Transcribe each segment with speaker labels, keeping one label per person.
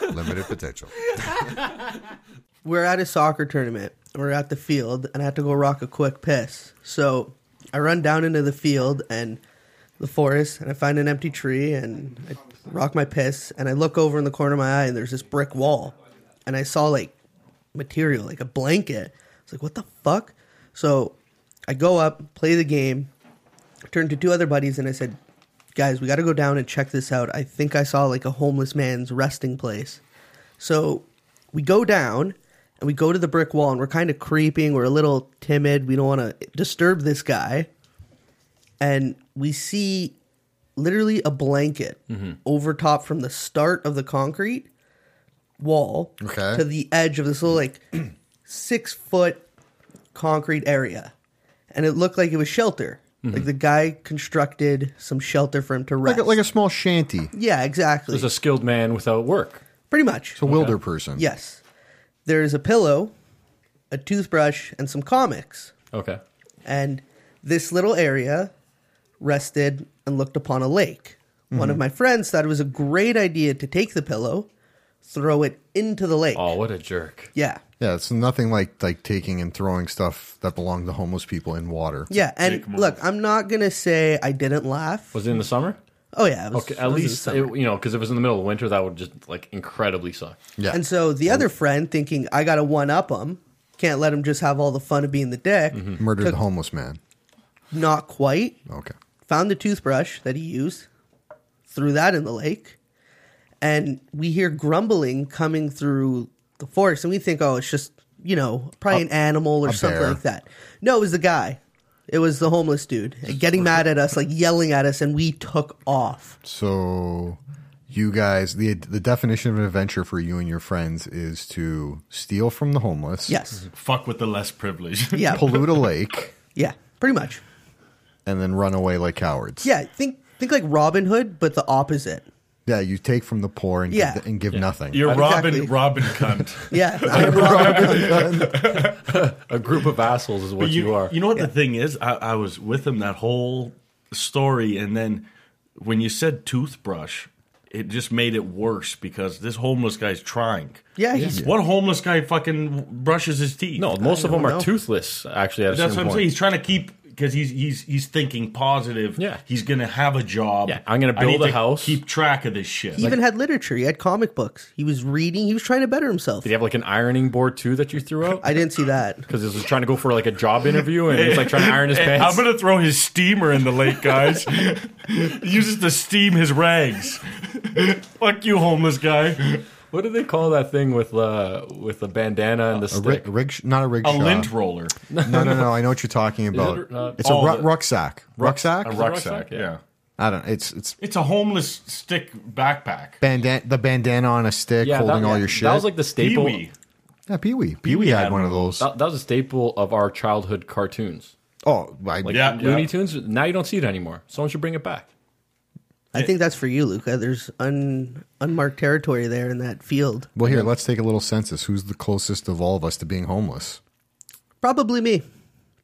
Speaker 1: Limited potential.
Speaker 2: We're at a soccer tournament. We're at the field, and I have to go rock a quick piss. So I run down into the field and the forest, and I find an empty tree, and I rock my piss, and I look over in the corner of my eye, and there's this brick wall, and I saw like material, like a blanket. I was like, "What the fuck?" So I go up, play the game, turned to two other buddies, and I said, "Guys, we got to go down and check this out. I think I saw like a homeless man's resting place." So we go down and we go to the brick wall and we're kind of creeping. We're a little timid. We don't want to disturb this guy. And we see literally a blanket over top from the start of the concrete wall
Speaker 1: Okay.
Speaker 2: to the edge of this little like six foot concrete area. And it looked like it was shelter.
Speaker 3: Mm-hmm.
Speaker 2: Like the guy constructed some shelter for him to rest.
Speaker 1: Like a, like a small shanty.
Speaker 2: yeah, exactly.
Speaker 3: There's a skilled man without work.
Speaker 2: Pretty much.
Speaker 1: It's a wilder person.
Speaker 2: Yes. There is a pillow, a toothbrush, and some comics.
Speaker 3: Okay.
Speaker 2: And this little area rested and looked upon a lake. One
Speaker 3: Mm-hmm.
Speaker 2: of my friends thought it was a great idea to take the pillow, throw it into the lake.
Speaker 3: Oh, what a jerk.
Speaker 2: Yeah.
Speaker 1: Yeah, it's nothing like like taking and throwing stuff that belonged to homeless people in water.
Speaker 2: Yeah. And look, I'm not going to say I didn't laugh.
Speaker 3: Was it in the summer?
Speaker 2: Oh, yeah. It was,
Speaker 3: Okay,
Speaker 2: it
Speaker 3: at
Speaker 2: was in
Speaker 3: least
Speaker 2: summer.
Speaker 3: it, you know because if it was in the middle of winter, that would just like incredibly suck.
Speaker 1: Yeah.
Speaker 2: And so the other friend, thinking, I got to one up him, can't let him just have all the fun of being the dick.
Speaker 1: Murdered the homeless man.
Speaker 2: Not quite.
Speaker 1: Okay.
Speaker 2: found the toothbrush that he used, threw that in the lake, and we hear grumbling coming through the forest, and we think, oh, it's just you know probably an animal or
Speaker 1: a
Speaker 2: something
Speaker 1: bear.
Speaker 2: like that. No, it was the guy. It was the homeless dude getting mad at us, like yelling at us, and we took off.
Speaker 1: So you guys the the definition of an adventure for you and your friends is to steal from the homeless.
Speaker 2: Yes,
Speaker 4: Fuck with the less privileged.
Speaker 2: yeah,
Speaker 1: Pollute a lake
Speaker 2: yeah, pretty much.
Speaker 1: and then run away like cowards.
Speaker 2: Yeah, think think like Robin Hood, but the opposite.
Speaker 1: Yeah, you take from the poor and
Speaker 2: Yeah.
Speaker 1: give, and give nothing.
Speaker 4: You're Robin
Speaker 2: Exactly.
Speaker 4: Robin cunt.
Speaker 2: Yeah, I'm Robin-
Speaker 3: A group of assholes is what you, are.
Speaker 4: know what the thing is? I, I was with him that whole story, and then when you said toothbrush, it just made it worse because this homeless guy's trying.
Speaker 2: Yeah, he's-
Speaker 4: What homeless guy fucking brushes his teeth?
Speaker 3: no, most of them are
Speaker 2: know.
Speaker 3: toothless. Actually, at a
Speaker 4: That's what
Speaker 3: certain
Speaker 4: I'm
Speaker 3: point.
Speaker 4: saying. He's trying to keep because he's he's he's thinking positive.
Speaker 3: Yeah.
Speaker 4: he's gonna have a job.
Speaker 3: Yeah, I'm gonna
Speaker 4: I need
Speaker 3: build a
Speaker 4: to
Speaker 3: house.
Speaker 4: Keep track of this shit.
Speaker 2: he even had literature. He had comic books. He was reading. He was trying to better himself.
Speaker 3: Did you have like an ironing board too that you threw out?
Speaker 2: I didn't see that.
Speaker 3: Because he was trying to go for like a job interview and he was like trying to iron his
Speaker 4: Hey,
Speaker 3: pants.
Speaker 4: I'm gonna throw his steamer in the lake, guys. he uses to steam his rags. Fuck you, homeless guy.
Speaker 3: What do they call that thing with uh, with the bandana and the
Speaker 1: A
Speaker 3: stick?
Speaker 1: rig, rig, not a rig.
Speaker 4: A lint roller,
Speaker 1: No, no, no. I know what you're talking about.
Speaker 3: it, uh,
Speaker 1: it's a
Speaker 4: oh,
Speaker 1: ru-
Speaker 4: the-
Speaker 1: rucksack. Rucksack.
Speaker 4: a
Speaker 3: rucksack,
Speaker 4: rucksack.
Speaker 3: yeah.
Speaker 4: Yeah.
Speaker 1: I don't. It's it's
Speaker 4: it's a homeless stick backpack.
Speaker 1: bandana. The bandana on a stick, holding
Speaker 3: that,
Speaker 1: all
Speaker 3: yeah,
Speaker 1: your shit.
Speaker 3: That was like the staple.
Speaker 4: Pee-wee.
Speaker 1: yeah, Pee Wee. Pee Wee had
Speaker 4: had
Speaker 1: one of those.
Speaker 3: That, that was a staple of our childhood cartoons.
Speaker 1: oh, I,
Speaker 4: Yeah,
Speaker 3: Looney
Speaker 4: yeah.
Speaker 3: Tunes. Now you don't see it anymore. Someone should bring it back.
Speaker 2: I think that's for you, Luca. There's un, unmarked territory there in that field.
Speaker 1: Well, here, let's take a little census. Who's the closest of all of us to being homeless?
Speaker 2: Probably me.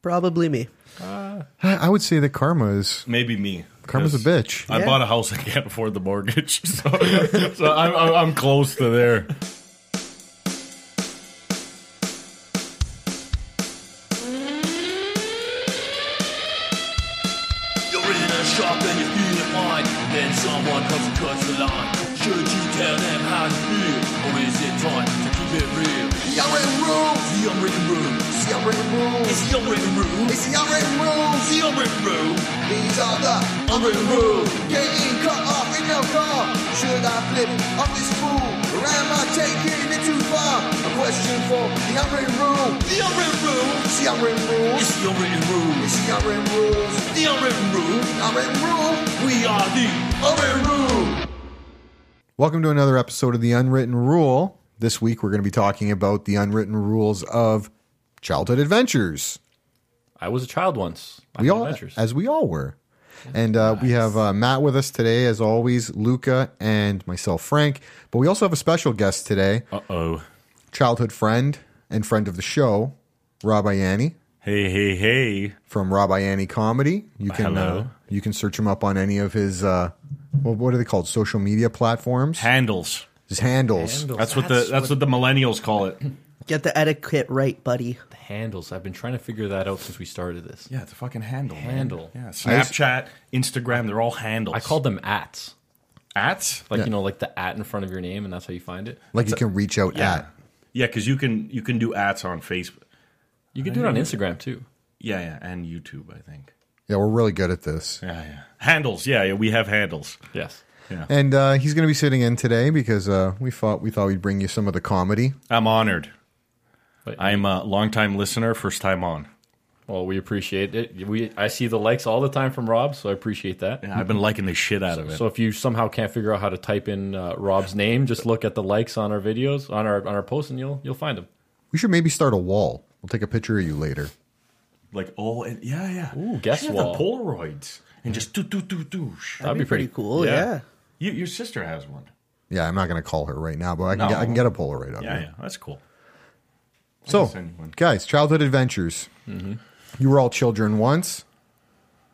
Speaker 2: Probably me.
Speaker 1: I I would say that karma is
Speaker 4: Maybe me.
Speaker 1: karma's a
Speaker 4: 'cause
Speaker 1: bitch.
Speaker 4: I
Speaker 2: Yeah.
Speaker 4: bought a house. I can't afford the mortgage, so, so I'm, I'm I'm close to there.
Speaker 5: You're in a shop and you feel it fine. Then someone comes and cuts the line. Should you tell them how to feel? Or is it time to keep it real?
Speaker 6: Y'all ready to roll?
Speaker 5: It's the unwritten rule.
Speaker 6: It's y'all ready to roll?
Speaker 5: It's the unwritten rule. It's
Speaker 6: It's y'all ready to roll?
Speaker 5: the unwritten rule.
Speaker 6: These are the
Speaker 5: Unwritten rule.
Speaker 6: getting cut off in your car. Should I flip off this fool? Or am I taking it too far? A question for the y'all ready to roll?
Speaker 5: The unwritten rule.
Speaker 6: It's y'all ready to roll?
Speaker 5: It's the unwritten rule.
Speaker 6: It's y'all ready to roll?
Speaker 5: It's the unwritten rule.
Speaker 6: Y'all ready to roll?
Speaker 5: We are the unwritten rule.
Speaker 1: Welcome to another episode of The Unwritten Rule. This week, we're going to be talking about the unwritten rules of childhood adventures.
Speaker 3: I was a child once. I
Speaker 1: We
Speaker 3: had
Speaker 1: all,
Speaker 3: adventures.
Speaker 1: as we all were. And uh, we have uh, Matt with us today, as always, Luca, and myself, Frank. But we also have a special guest today,
Speaker 4: Uh oh.
Speaker 1: childhood friend and friend of the show, Rob Ianni.
Speaker 4: Hey hey hey.
Speaker 1: from Rob Ianni Comedy. You can
Speaker 4: Hello.
Speaker 1: uh, you can search him up on any of his uh, well, what are they called? Social media platforms?
Speaker 4: Handles.
Speaker 1: Just handles.
Speaker 3: Handles.
Speaker 4: That's what the that's what the millennials call it.
Speaker 2: Get the etiquette right, buddy.
Speaker 3: handles. I've been trying to figure that out since we started this.
Speaker 4: Yeah, the fucking handle. man.
Speaker 3: Handle.
Speaker 4: Yeah, Snapchat, Instagram, they're all handles.
Speaker 3: I called them ats.
Speaker 4: ats.
Speaker 3: Like
Speaker 1: Yeah.
Speaker 3: you know, like the at in front of your name, and that's how you find it.
Speaker 1: Like you can reach out
Speaker 4: Yeah,
Speaker 1: at.
Speaker 4: yeah, because you can you can do ats on Facebook.
Speaker 3: You can do it on Instagram too.
Speaker 4: Yeah, yeah, and YouTube. I think.
Speaker 1: Yeah, we're really good at this.
Speaker 4: Yeah, yeah. Handles. Yeah, yeah. We have handles.
Speaker 3: Yes.
Speaker 1: And uh, he's going to be sitting in today because uh, we thought we thought we'd bring you some of the comedy.
Speaker 4: I'm honored.
Speaker 3: But-
Speaker 4: I'm a longtime listener, first time on.
Speaker 3: Well, we appreciate it. We I see the likes all the time from Rob, so I appreciate that.
Speaker 4: I've been liking the shit out of it.
Speaker 3: So if you somehow can't figure out how to type in uh, Rob's name, just look at the likes on our videos, on our on our posts, and you'll you'll find him.
Speaker 1: We should maybe start a wall. We'll take a picture of you later.
Speaker 4: like, oh, and, yeah, yeah.
Speaker 3: Ooh, guess
Speaker 4: yeah,
Speaker 3: wall.
Speaker 4: The Polaroids and just do do do do.
Speaker 3: That'd be
Speaker 2: Pretty
Speaker 3: pretty.
Speaker 2: cool,
Speaker 4: Yeah.
Speaker 2: yeah.
Speaker 4: You, your sister has one.
Speaker 1: Yeah, I'm not going to call her right now, but I can, get, I can get a Polaroid of
Speaker 4: Yeah,
Speaker 1: you.
Speaker 4: yeah. That's cool.
Speaker 1: So,
Speaker 4: can send you one.
Speaker 1: guys, childhood adventures.
Speaker 4: Mm-hmm.
Speaker 1: You were all children once.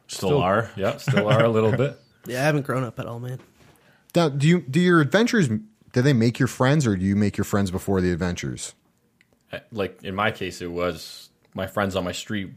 Speaker 4: Still,
Speaker 3: Still
Speaker 4: are.
Speaker 3: Yeah, still are a little bit.
Speaker 2: Yeah, I haven't grown up at all, man.
Speaker 1: Now, do you do your adventures? Do they make your friends, or do you make your friends before the adventures?
Speaker 3: Like in my case, it was my friends on my street.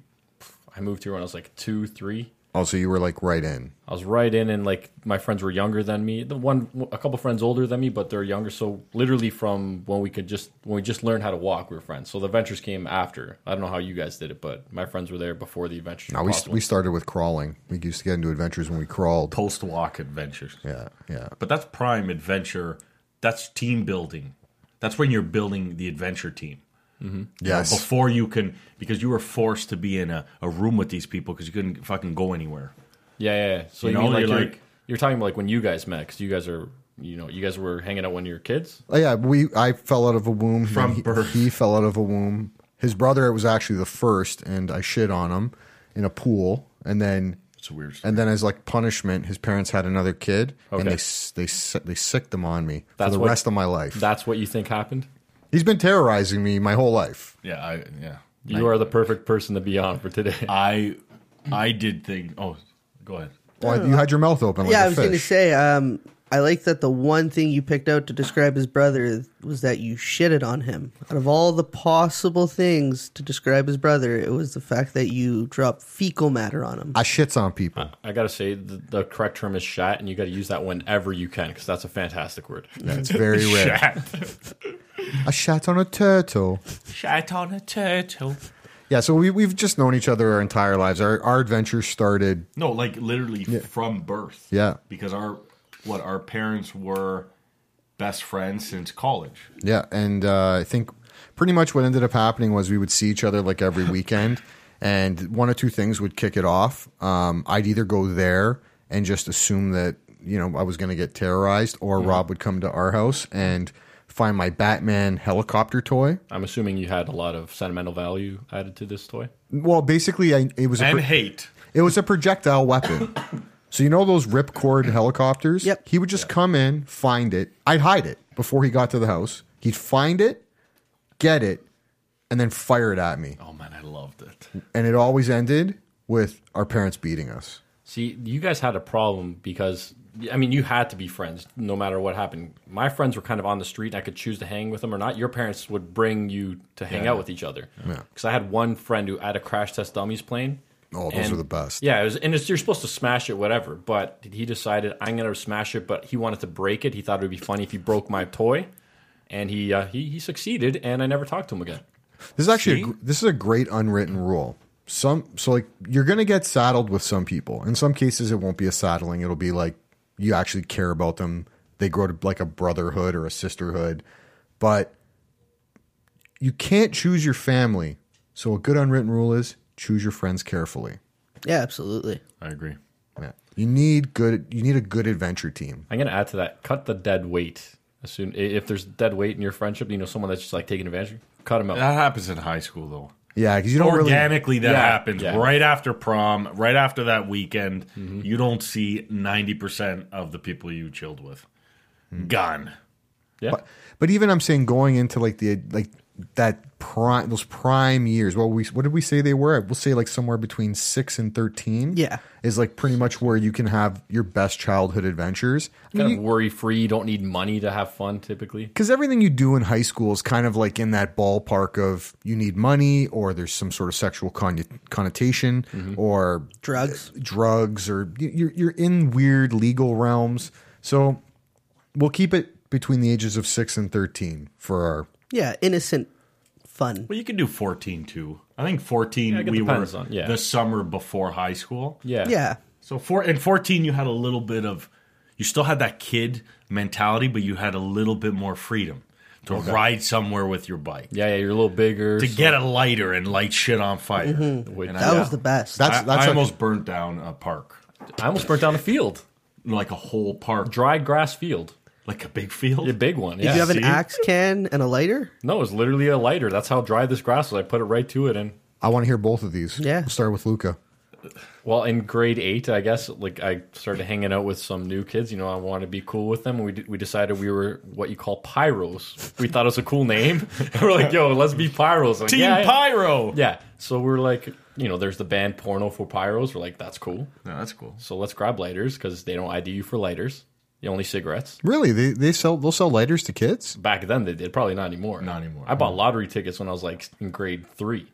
Speaker 3: I moved here when I was like two, three.
Speaker 1: Also, Oh, you were like right in.
Speaker 3: I was right in, and like my friends were younger than me. The one, a couple friends older than me, but they're younger. So literally, from when we could just when we just learned how to walk, we were friends. So the adventures came after. I don't know how you guys did it, but my friends were there before the adventures.
Speaker 1: Now
Speaker 3: were
Speaker 1: Uh, we
Speaker 3: possible.
Speaker 1: we started with crawling. We used to get into adventures when we crawled.
Speaker 4: Post walk adventures.
Speaker 1: Yeah, yeah.
Speaker 4: But that's prime adventure. That's team building. That's when you're building the adventure team.
Speaker 1: Yes.
Speaker 4: Before you can, because you were forced to be in a, a room with these people because you couldn't fucking go anywhere.
Speaker 3: Yeah, yeah. yeah. So
Speaker 4: You
Speaker 3: you,
Speaker 4: know,
Speaker 3: mean like
Speaker 4: you're
Speaker 3: you're, you're,
Speaker 4: like-
Speaker 3: talking about like when you guys met because you guys are you know you guys were hanging out when you were kids.
Speaker 1: Oh, yeah, we I fell out of a womb then
Speaker 4: From
Speaker 1: he,
Speaker 4: birth.
Speaker 1: He fell out of a womb. His brother was actually the first, and I shit on him in a pool, and then
Speaker 4: It's a weird story.
Speaker 1: and then as like punishment, his parents had another kid, and
Speaker 3: Okay.
Speaker 1: they s- they s- they sicked them on me
Speaker 3: That's
Speaker 1: for the
Speaker 3: what-
Speaker 1: rest of my life.
Speaker 3: That's what you think happened.
Speaker 1: He's been terrorizing me my whole life.
Speaker 4: Yeah, I, yeah.
Speaker 3: You are the perfect person to be on for today.
Speaker 4: I, I did think. Oh, go ahead.
Speaker 1: Why you had your mouth open? Like
Speaker 2: yeah,
Speaker 1: a
Speaker 2: I was going to
Speaker 1: fish.
Speaker 2: say, um, I like that the one thing you picked out to describe his brother was that you shitted on him. Out of all the possible things to describe his brother, it was the fact that you dropped fecal matter on him.
Speaker 1: I shits on people.
Speaker 3: I gotta say the, the correct term is "shat," and you gotta use that whenever you can because that's a fantastic word.
Speaker 1: It's very rare. I shat on a turtle.
Speaker 4: Shite on a turtle.
Speaker 1: Yeah, so we, we've just known each other our entire lives. Our, our adventure started.
Speaker 4: No, like literally from birth.
Speaker 1: Yeah.
Speaker 4: Because our what our parents were best friends since college.
Speaker 1: Yeah, and uh, I think pretty much what ended up happening was we would see each other like every weekend, and one or two things would kick it off. Um, I'd either go there and just assume that you know I was going to get terrorized, or Rob would come to our house and find my Batman helicopter toy.
Speaker 3: I'm assuming you had a lot of sentimental value added to this toy.
Speaker 1: Well, basically, I, it was a
Speaker 4: And
Speaker 1: pro-
Speaker 4: hate.
Speaker 1: It was a projectile weapon. so you know those ripcord helicopters?
Speaker 2: Yep.
Speaker 1: He would just come in, find it. I'd hide it before he got to the house. He'd find it, get it, and then fire it at me.
Speaker 4: Oh man, I loved it.
Speaker 1: And it always ended with our parents beating us.
Speaker 3: See, you guys had a problem because I mean, you had to be friends no matter what happened. My friends were kind of on the street. And I could choose to hang with them or not. Your parents would bring you to hang out with each other. Because I had one friend who I had a crash test dummies plane.
Speaker 1: Oh, those
Speaker 3: and-
Speaker 1: were the best.
Speaker 3: Yeah, it was, and it's, you're supposed to smash it, whatever. But he decided I'm going to smash it, but he wanted to break it. He thought it would be funny if he broke my toy, and he uh, he, he succeeded. And I never talked to him again.
Speaker 1: This is actually a, gr- this is a great unwritten rule. Some so like you're gonna get saddled with some people. In some cases, it won't be a saddling. It'll be like you actually care about them. They grow to like a brotherhood or a sisterhood, but you can't choose your family. So a good unwritten rule is choose your friends carefully.
Speaker 2: yeah, absolutely.
Speaker 4: I agree.
Speaker 1: Yeah. You need good. You need a good adventure team.
Speaker 3: I'm gonna add to that. Cut the dead weight. As soon i- if there's dead weight in your friendship, you know someone that's just like taking advantage. of you, Cut
Speaker 2: Uh,
Speaker 3: them out.
Speaker 4: That happens in high school though.
Speaker 1: Yeah, because you don't really.
Speaker 4: Organically, that
Speaker 3: Yeah,
Speaker 4: happens
Speaker 3: yeah. Mm-hmm.
Speaker 4: right after prom, right after that weekend.
Speaker 3: Mm.
Speaker 4: You don't see ninety percent of the people you chilled with. Gone.
Speaker 3: Yeah.
Speaker 1: But but even I'm saying going into like the like that prime those prime years. What we what did we say they were? We'll say like somewhere between six and thirteen.
Speaker 2: Yeah.
Speaker 1: Is like pretty much where you can have your best childhood adventures. I mean,
Speaker 3: Kind of worry free. You don't need money to have fun typically.
Speaker 1: because everything you do in high school is kind of like in that ballpark of you need money or there's some sort of sexual conno- connotation or
Speaker 2: Drugs.
Speaker 1: drugs or you- you're you're in weird legal realms. So we'll keep it between the ages of six and thirteen for our.
Speaker 2: Yeah, innocent fun.
Speaker 4: Well, you can do 14 too. I think 14
Speaker 3: Yeah, I guess
Speaker 4: we were
Speaker 3: depends on- yeah.
Speaker 4: the summer before high school.
Speaker 3: Yeah.
Speaker 2: Yeah.
Speaker 4: So four and 14 you had a little bit of you still had that kid mentality, but you had a little bit more freedom to ride somewhere with your bike.
Speaker 3: Yeah, yeah, you're a little bigger.
Speaker 4: To
Speaker 3: so-
Speaker 4: get a lighter and light shit on fire.
Speaker 3: Wait,
Speaker 4: And
Speaker 2: That
Speaker 4: I,
Speaker 2: was the best.
Speaker 1: That's
Speaker 4: I-
Speaker 1: that's
Speaker 4: I
Speaker 1: a-
Speaker 4: almost burnt down a park.
Speaker 3: I almost burnt down a field,
Speaker 4: Like a whole park.
Speaker 3: dry grass field,
Speaker 4: Like a big field.
Speaker 3: a big one.
Speaker 2: Did
Speaker 3: Yeah.
Speaker 2: you have an
Speaker 4: see?
Speaker 2: axe can and a lighter?
Speaker 3: no, it was literally a lighter. That's how dry this grass was. I put it right to it, and
Speaker 1: I want to hear both of these.
Speaker 2: Yeah.
Speaker 1: We'll start with Luca.
Speaker 3: Well, in grade eight, I guess, like I started hanging out with some new kids. You know, I wanted to be cool with them. And we d- we decided we were what you call pyros. We thought it was a cool name. And we're like, yo, let's be pyros. Like,
Speaker 4: Team
Speaker 3: yeah,
Speaker 4: Pyro.
Speaker 3: Yeah. So we're like, you know, there's the band Porno for Pyros. We're like, that's cool.
Speaker 4: No, that's cool.
Speaker 3: So let's grab lighters because they don't ID you for lighters. You only cigarettes.
Speaker 1: Really, they they sell they'll sell lighters to kids.
Speaker 3: Back then they did, probably not anymore.
Speaker 4: Not anymore. Mm-hmm.
Speaker 3: I bought lottery tickets when I was like in grade three.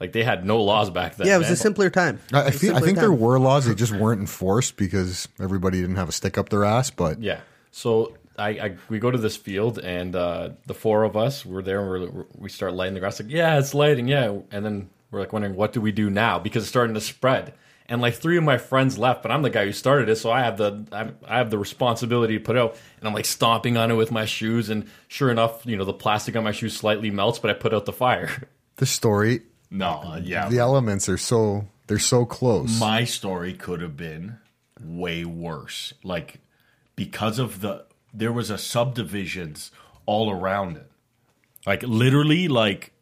Speaker 3: Like they had no laws back then.
Speaker 2: Yeah, it was
Speaker 3: man.
Speaker 2: a simpler time.
Speaker 1: I, I,
Speaker 2: It was a
Speaker 1: feel, I
Speaker 2: simpler
Speaker 1: think there
Speaker 2: time.
Speaker 1: were laws that just weren't enforced because everybody didn't have a stick up their ass. But
Speaker 3: Yeah. So I, I we go to this field and uh, the four of us we're there and we're, we start lighting the grass like yeah it's lighting yeah and then we're like wondering what do we do now because it's starting to spread and like three of my friends left but I'm the guy who started it so I have the I have, I have the responsibility to put out and I'm like stomping on it with my shoes and sure enough you know the plastic on my shoes slightly melts but I put out the fire
Speaker 1: the story,
Speaker 4: No, uh, yeah.
Speaker 1: the elements are so they're so close.
Speaker 4: my story could have been way worse. Like because of the there was a subdivisions all around it. Like literally like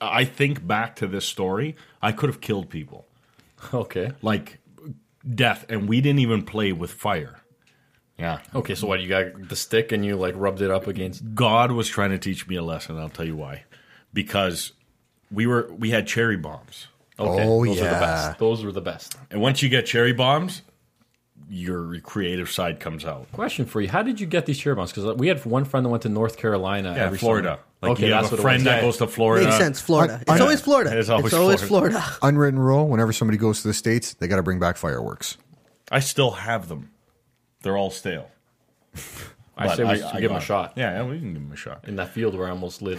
Speaker 4: I think back to this story, I could have killed people.
Speaker 3: okay
Speaker 4: Like death and we didn't even play with fire. Yeah.
Speaker 3: okay so what you got the stick and you like rubbed it up against
Speaker 4: God was trying to teach me a lesson, I'll tell you why. Because we were we had cherry bombs.
Speaker 3: okay
Speaker 1: Oh,
Speaker 3: those were the
Speaker 1: yeah.
Speaker 3: best those were the best
Speaker 4: And once you get cherry bombs, your creative side comes out.
Speaker 3: Question for you: How did you get these cherry bombs? Because we had one friend that went to North Carolina.
Speaker 4: Yeah,
Speaker 3: every
Speaker 4: Florida.
Speaker 3: summer.
Speaker 4: Like you have a
Speaker 3: it
Speaker 4: friend
Speaker 3: was.
Speaker 4: that
Speaker 3: Yeah.
Speaker 4: goes to Florida.
Speaker 2: Makes sense. Florida.
Speaker 1: I-
Speaker 2: It's
Speaker 1: I-
Speaker 2: always Florida.
Speaker 4: It's always
Speaker 2: Florida.
Speaker 1: Unwritten rule: whenever somebody goes to the states, they got to bring back fireworks.
Speaker 4: I still have them. They're all stale.
Speaker 3: I
Speaker 4: But
Speaker 3: say we should give him
Speaker 4: got
Speaker 3: a shot
Speaker 4: Yeah, yeah, we can give them a shot.
Speaker 3: in that field where I almost lit.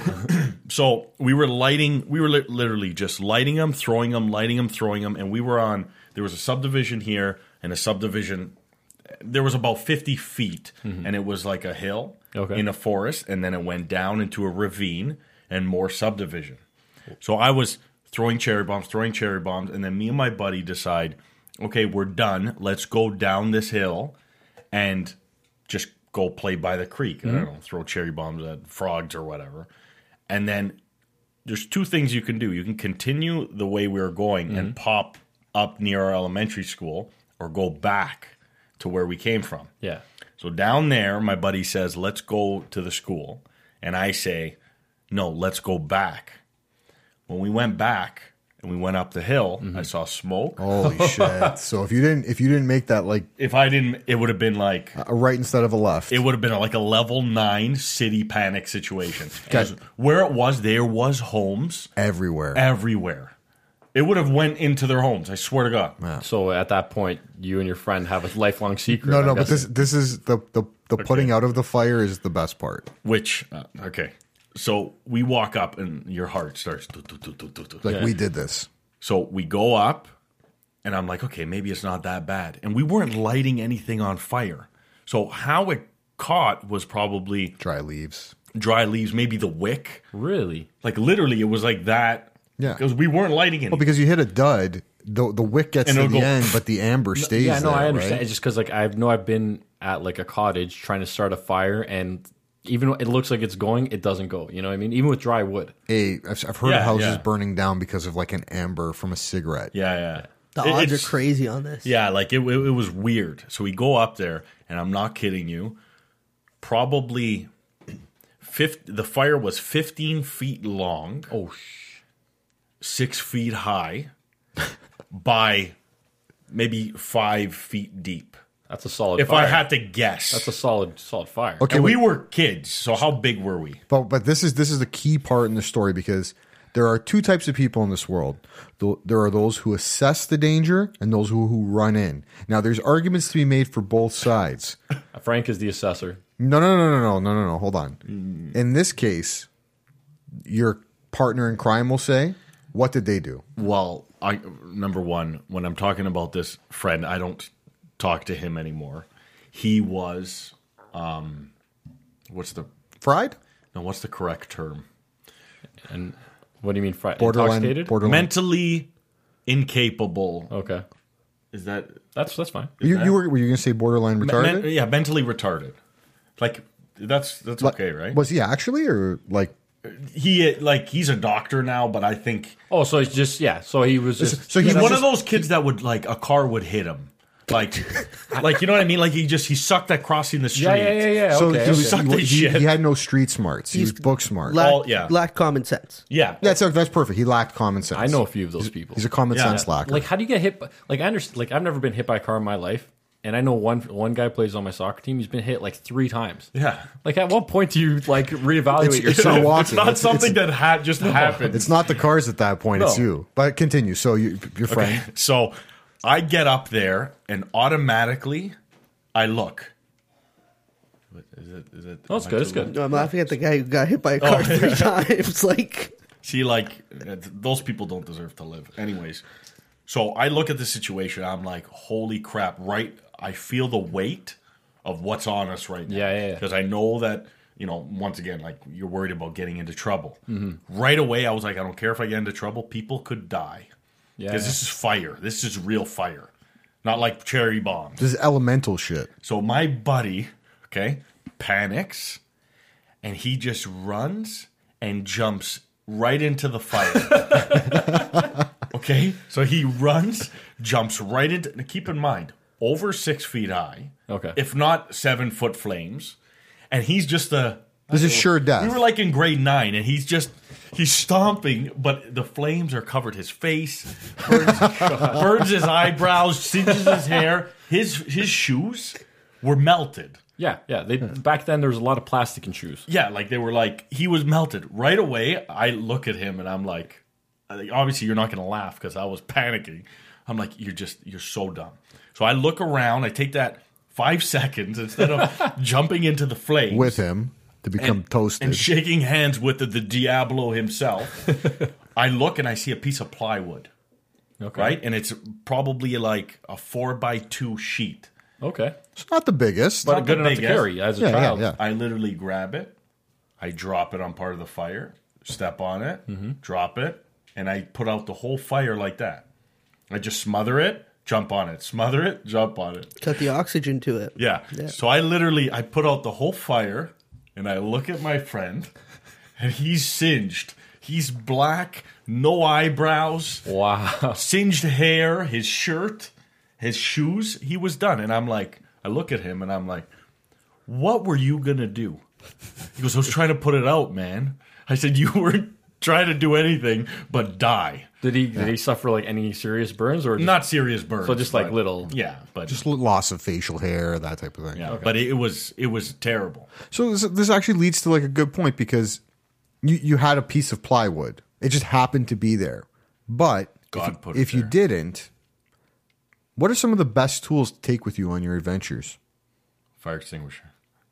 Speaker 4: So we were lighting. We were li- literally just lighting them, throwing them, lighting them, throwing them, and we were on. There was a subdivision here and a subdivision. There was about fifty feet, and it was like a hill
Speaker 3: Okay.
Speaker 4: in a forest, and then it went down into a ravine and more subdivision. So I was throwing cherry bombs, throwing cherry bombs, and then me and my buddy decide, okay, we're done. Let's go down this hill and just go play by the creek. I don't know, throw cherry bombs at frogs or whatever. And then there's two things you can do. You can continue the way we were going and pop up near our elementary school or go back to where we came from.
Speaker 3: yeah,
Speaker 4: So down there, my buddy says, let's go to the school. And I say, no, let's go back. When we went back and we went up the hill, I saw smoke.
Speaker 1: Holy shit! So if you didn't if you didn't make that like
Speaker 4: If I didn't, it would have been like,
Speaker 1: a right instead of a left,
Speaker 4: it would have been like a level nine city panic situation. 'Cause Where it was, there was homes
Speaker 1: everywhere.
Speaker 4: everywhere. It would have went into their homes. I swear to God.
Speaker 3: So at that point, you and your friend have a lifelong secret.
Speaker 1: no,
Speaker 3: I'm
Speaker 1: no, but
Speaker 3: guessing.
Speaker 1: this this is the the, the putting out of the fire is the best part.
Speaker 4: Which uh, okay, so we walk up and your heart starts. do, do, do, do, do, do.
Speaker 1: Like we did this.
Speaker 4: So we go up, and I'm like, okay, maybe it's not that bad. And we weren't lighting anything on fire. So how it caught was probably
Speaker 1: Dry leaves.
Speaker 4: dry leaves, maybe the wick.
Speaker 3: really.
Speaker 4: Like literally, it was like that.
Speaker 1: Yeah.
Speaker 4: because we weren't lighting it.
Speaker 1: Well, because you hit a dud, the the wick gets
Speaker 4: And
Speaker 1: to the
Speaker 4: it'll go-
Speaker 1: end, but the amber stays.
Speaker 3: Yeah, no,
Speaker 1: there,
Speaker 3: I understand.
Speaker 1: right?
Speaker 3: It's just because like I know I've been at like a cottage trying to start a fire, and even when it looks like it's going, it doesn't go. You know what I mean? Even with dry wood.
Speaker 1: A, I've, I've heard
Speaker 4: Yeah,
Speaker 1: of houses
Speaker 4: yeah.
Speaker 1: burning down because of like an amber from a cigarette.
Speaker 4: yeah, yeah.
Speaker 2: The
Speaker 4: It-
Speaker 2: odds are
Speaker 4: it's-
Speaker 2: crazy on this.
Speaker 4: Yeah, like it, it, it was weird. So we go up there, and I'm not kidding you. Probably Fif- the fire was 15 feet long,
Speaker 3: Oh, sh-
Speaker 4: six feet high, by maybe five feet deep.
Speaker 3: that's a solid.
Speaker 4: If
Speaker 3: fire.
Speaker 4: I had to guess,
Speaker 3: that's a solid, solid fire.
Speaker 1: Okay,
Speaker 4: and we
Speaker 1: wait,
Speaker 4: were kids, so how big were we?
Speaker 1: but but this is this is the key part in the story because there are two types of people in this world. Tho- There are those who assess the danger and those who, who run in. Now, there's arguments to be made for both sides.
Speaker 3: Frank is the assessor.
Speaker 1: No, no, no, no, no, no, no, no. Hold on.
Speaker 4: Mm.
Speaker 1: In this case, your partner in crime will say, "What did they do?"
Speaker 4: Well, I number one, when I'm talking about this friend, I don't talk to him anymore. He was, um, what's the
Speaker 1: Fried,
Speaker 4: no, what's the correct term?
Speaker 3: And what do you mean, fri-
Speaker 1: borderline,
Speaker 3: intoxicated?
Speaker 1: borderline.
Speaker 4: Mentally incapable.
Speaker 3: okay,
Speaker 4: Is that
Speaker 3: that's that's fine.
Speaker 1: you, you were, were you going to say borderline retarded?
Speaker 4: Men- yeah, mentally retarded. Like that's that's
Speaker 1: Like,
Speaker 4: okay, right?
Speaker 1: Was he actually, or like?
Speaker 4: He like he's a doctor now, but I think
Speaker 3: Oh, so it's just yeah. So he was just
Speaker 1: So he
Speaker 4: he's
Speaker 1: was
Speaker 4: one
Speaker 1: just-
Speaker 4: of those kids that would like a car would hit him. Like, like you know what I mean? Like he just he sucked at crossing the street.
Speaker 3: yeah, yeah, yeah, yeah.
Speaker 1: so
Speaker 3: okay,
Speaker 1: he,
Speaker 3: okay.
Speaker 1: was-
Speaker 4: Sucked
Speaker 1: he,
Speaker 4: his
Speaker 1: he-
Speaker 4: shit.
Speaker 1: he had no street smarts. He was book smart.
Speaker 2: Lack,
Speaker 4: All- yeah.
Speaker 2: lack common sense.
Speaker 4: yeah.
Speaker 1: that's that's perfect. He lacked common sense.
Speaker 3: I know a few of those people.
Speaker 1: He's a common
Speaker 4: Yeah.
Speaker 1: sense lacker.
Speaker 3: Like, how do you get hit? By, like, I understand. Like, I've never been hit by a car in my life, and I know one one guy plays on my soccer team. He's been hit like three times.
Speaker 4: Yeah.
Speaker 3: Like, at what point do you like reevaluate
Speaker 1: It's- it's
Speaker 3: yourself?
Speaker 1: not walking.
Speaker 4: It's not
Speaker 1: It's-
Speaker 4: something that ha- just happened.
Speaker 1: it's not the cars at that point. It's
Speaker 4: No.
Speaker 1: you. But continue. So you, your friend.
Speaker 4: So I get up there and automatically I look. What Is it, is it,
Speaker 3: No, Oh, it's
Speaker 4: am I
Speaker 3: good. It's
Speaker 4: too
Speaker 3: good.
Speaker 2: No, I'm laughing at the guy who got hit by
Speaker 4: Oh,
Speaker 2: a car three times. Like,
Speaker 4: See, like those people don't deserve to live. Anyways, so I look at the situation. I'm like, holy crap! Right, I feel the weight of what's on us right now.
Speaker 3: Yeah, yeah, yeah.
Speaker 4: Because I know that you know, once again, like you're worried about getting into trouble.
Speaker 3: Mm-hmm.
Speaker 4: Right away, I was like, I don't care if I get into trouble. People could die
Speaker 3: Yeah.
Speaker 4: because this is fire. This is real fire, not like cherry bombs.
Speaker 1: This is elemental shit.
Speaker 4: So my buddy, okay, panics and he just runs and jumps right into the fire. okay? So he runs, jumps right into now keep in mind, over six feet high.
Speaker 3: Okay.
Speaker 4: If not seven foot flames. And he's just a
Speaker 1: This is sure
Speaker 4: we
Speaker 1: death.
Speaker 4: were like in grade nine, and he's just he's stomping, but the flames are covered his face, burns, burns his eyebrows, singes his hair. His his shoes were melted.
Speaker 3: yeah, yeah. They back then there was a lot of plastic in shoes.
Speaker 4: Yeah, like they were like he was melted right away. I look at him and I'm like, I- obviously you're not gonna laugh because I was panicking. I'm like, you're just you're so dumb. So I look around. I take that five seconds instead of jumping into the flames
Speaker 1: with him to become toasted.
Speaker 4: and shaking hands with the, the Diablo himself, I look and I see a piece of plywood,
Speaker 3: Okay.
Speaker 4: right? And it's probably like a four by two sheet.
Speaker 3: Okay.
Speaker 1: it's not the biggest.
Speaker 3: But
Speaker 4: not
Speaker 3: good
Speaker 4: the
Speaker 3: enough to
Speaker 4: biggest.
Speaker 3: carry as a
Speaker 1: yeah, yeah,
Speaker 3: child.
Speaker 1: yeah.
Speaker 4: I literally grab it, I drop it on part of the fire, step on it, drop it, and I put out the whole fire like that. I just smother it, jump on it, smother it, jump on it.
Speaker 2: cut the oxygen to it.
Speaker 4: Yeah. So I literally I put out the whole fire and I look at my friend and he's singed. He's black, no eyebrows,
Speaker 3: Wow.
Speaker 4: singed hair, his shirt, his shoes, he was done. And I'm like, I look at him and I'm like, what were you going to do? He goes, I was trying to put it out, man. I said, you weren't trying to do anything but die.
Speaker 3: Did he did he suffer like any serious burns or just,
Speaker 4: Not serious burns.
Speaker 3: So just like
Speaker 4: but-
Speaker 3: little-
Speaker 4: Yeah, but
Speaker 1: just loss of facial hair, that type of thing.
Speaker 4: yeah, but it was it was terrible.
Speaker 1: So this, this actually leads to like a good point because you you had a piece of plywood. It just happened to be there. But
Speaker 4: God
Speaker 1: if, you-
Speaker 4: put it
Speaker 1: if you
Speaker 4: there.
Speaker 1: didn't, what are some of the best tools to take with you on your adventures?
Speaker 4: Fire extinguisher.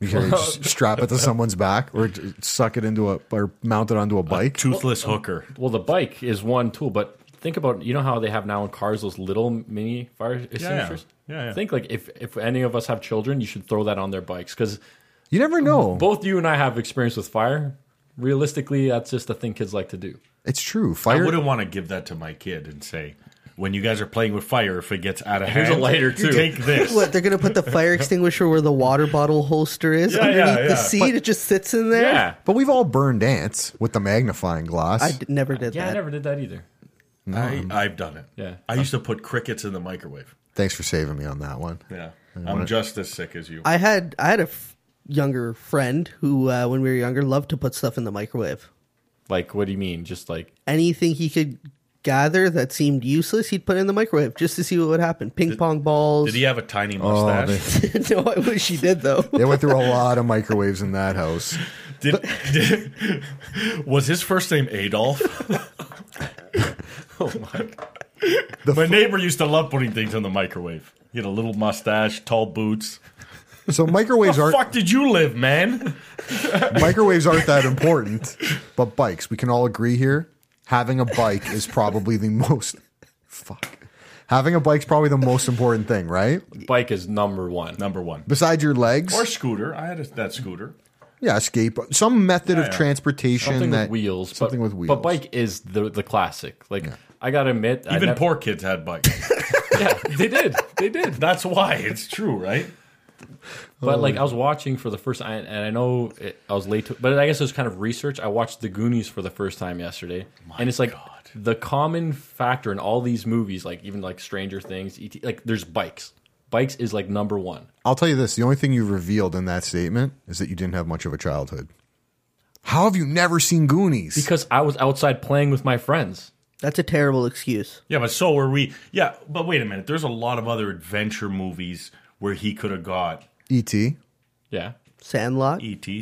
Speaker 1: You can just strap it to someone's back or d- suck it into a or mount it onto a bike.
Speaker 4: toothless hooker.
Speaker 3: Well, the bike is one tool, but think about you know how they have now in cars those little mini fire extinguishers.
Speaker 4: Yeah, yeah.
Speaker 3: Think like if if any of us have children, you should throw that on their bikes because
Speaker 1: You
Speaker 4: Uh,
Speaker 1: never know.
Speaker 3: both you and I have experience with fire. Realistically, that's just a thing kids like to do.
Speaker 1: It's true.
Speaker 4: I
Speaker 1: Fire.
Speaker 4: wouldn't want to give that to my kid and say, when you guys are playing with fire, if it gets out of
Speaker 3: Here's
Speaker 4: hand,
Speaker 3: a lighter, too.
Speaker 4: Take this.
Speaker 2: What they're gonna put the fire extinguisher where the water bottle holster is
Speaker 4: Yeah,
Speaker 2: underneath
Speaker 4: yeah, yeah.
Speaker 2: the seat? it just sits in there.
Speaker 1: But we've all burned ants with the magnifying glass.
Speaker 2: I d- never did
Speaker 3: yeah,
Speaker 2: that.
Speaker 3: I never did that either.
Speaker 4: I, I've done it.
Speaker 3: Yeah.
Speaker 4: I used to put crickets in the microwave.
Speaker 1: Thanks for saving me on that one.
Speaker 4: Yeah, I'm just as sick as you.
Speaker 2: I had I had a f- younger friend who, uh, when we were younger, loved to put stuff in the microwave.
Speaker 3: Like, what do you mean? Just like
Speaker 2: Anything he could gather that seemed useless, he'd put in the microwave just to see what would happen. Ping pong balls.
Speaker 4: Did he have a tiny
Speaker 1: Oh,
Speaker 4: mustache?
Speaker 1: they,
Speaker 2: no, I wish he did though.
Speaker 1: they went through a lot of microwaves in that house.
Speaker 4: Did, did, was his first name Adolf? oh my! my neighbor used to love putting things in the microwave. He had a little mustache, tall boots.
Speaker 1: So microwaves
Speaker 4: Where the
Speaker 1: aren't
Speaker 4: fuck did you live, man?
Speaker 1: microwaves aren't that important, but bikes. We can all agree here. Having a bike is probably the most fuck. Having a bike's probably the most important thing, right?
Speaker 3: bike is number one.
Speaker 4: Number one,
Speaker 1: Besides your legs,
Speaker 4: or scooter? I had a, that scooter.
Speaker 1: yeah, skateboard, some method
Speaker 4: yeah.
Speaker 1: of transportation
Speaker 3: Something
Speaker 1: that
Speaker 3: with wheels. but-
Speaker 1: something with wheels.
Speaker 3: But bike is the the classic. Like I gotta admit, I
Speaker 4: Even
Speaker 3: nev-
Speaker 4: poor kids had bikes.
Speaker 3: Yeah, they did. They did.
Speaker 4: That's why it's true, right?
Speaker 3: But like I was watching for the first time, and I know it, I was late to, but I guess it was kind of research. I watched The Goonies for the first time yesterday, and it's like
Speaker 4: God.
Speaker 3: the common factor in all these movies, like even like Stranger Things, ET, like there's bikes. Bikes is like number one.
Speaker 1: I'll tell you this: the only thing you've revealed in that statement is that you didn't have much of a childhood. How have you never seen Goonies?
Speaker 3: because I was outside playing with my friends.
Speaker 2: That's a terrible excuse.
Speaker 4: Yeah, but so were we. Yeah, but wait a minute. There's a lot of other adventure movies where he could have got
Speaker 1: E.T.
Speaker 3: Yeah,
Speaker 2: Sandlot.
Speaker 4: E.T.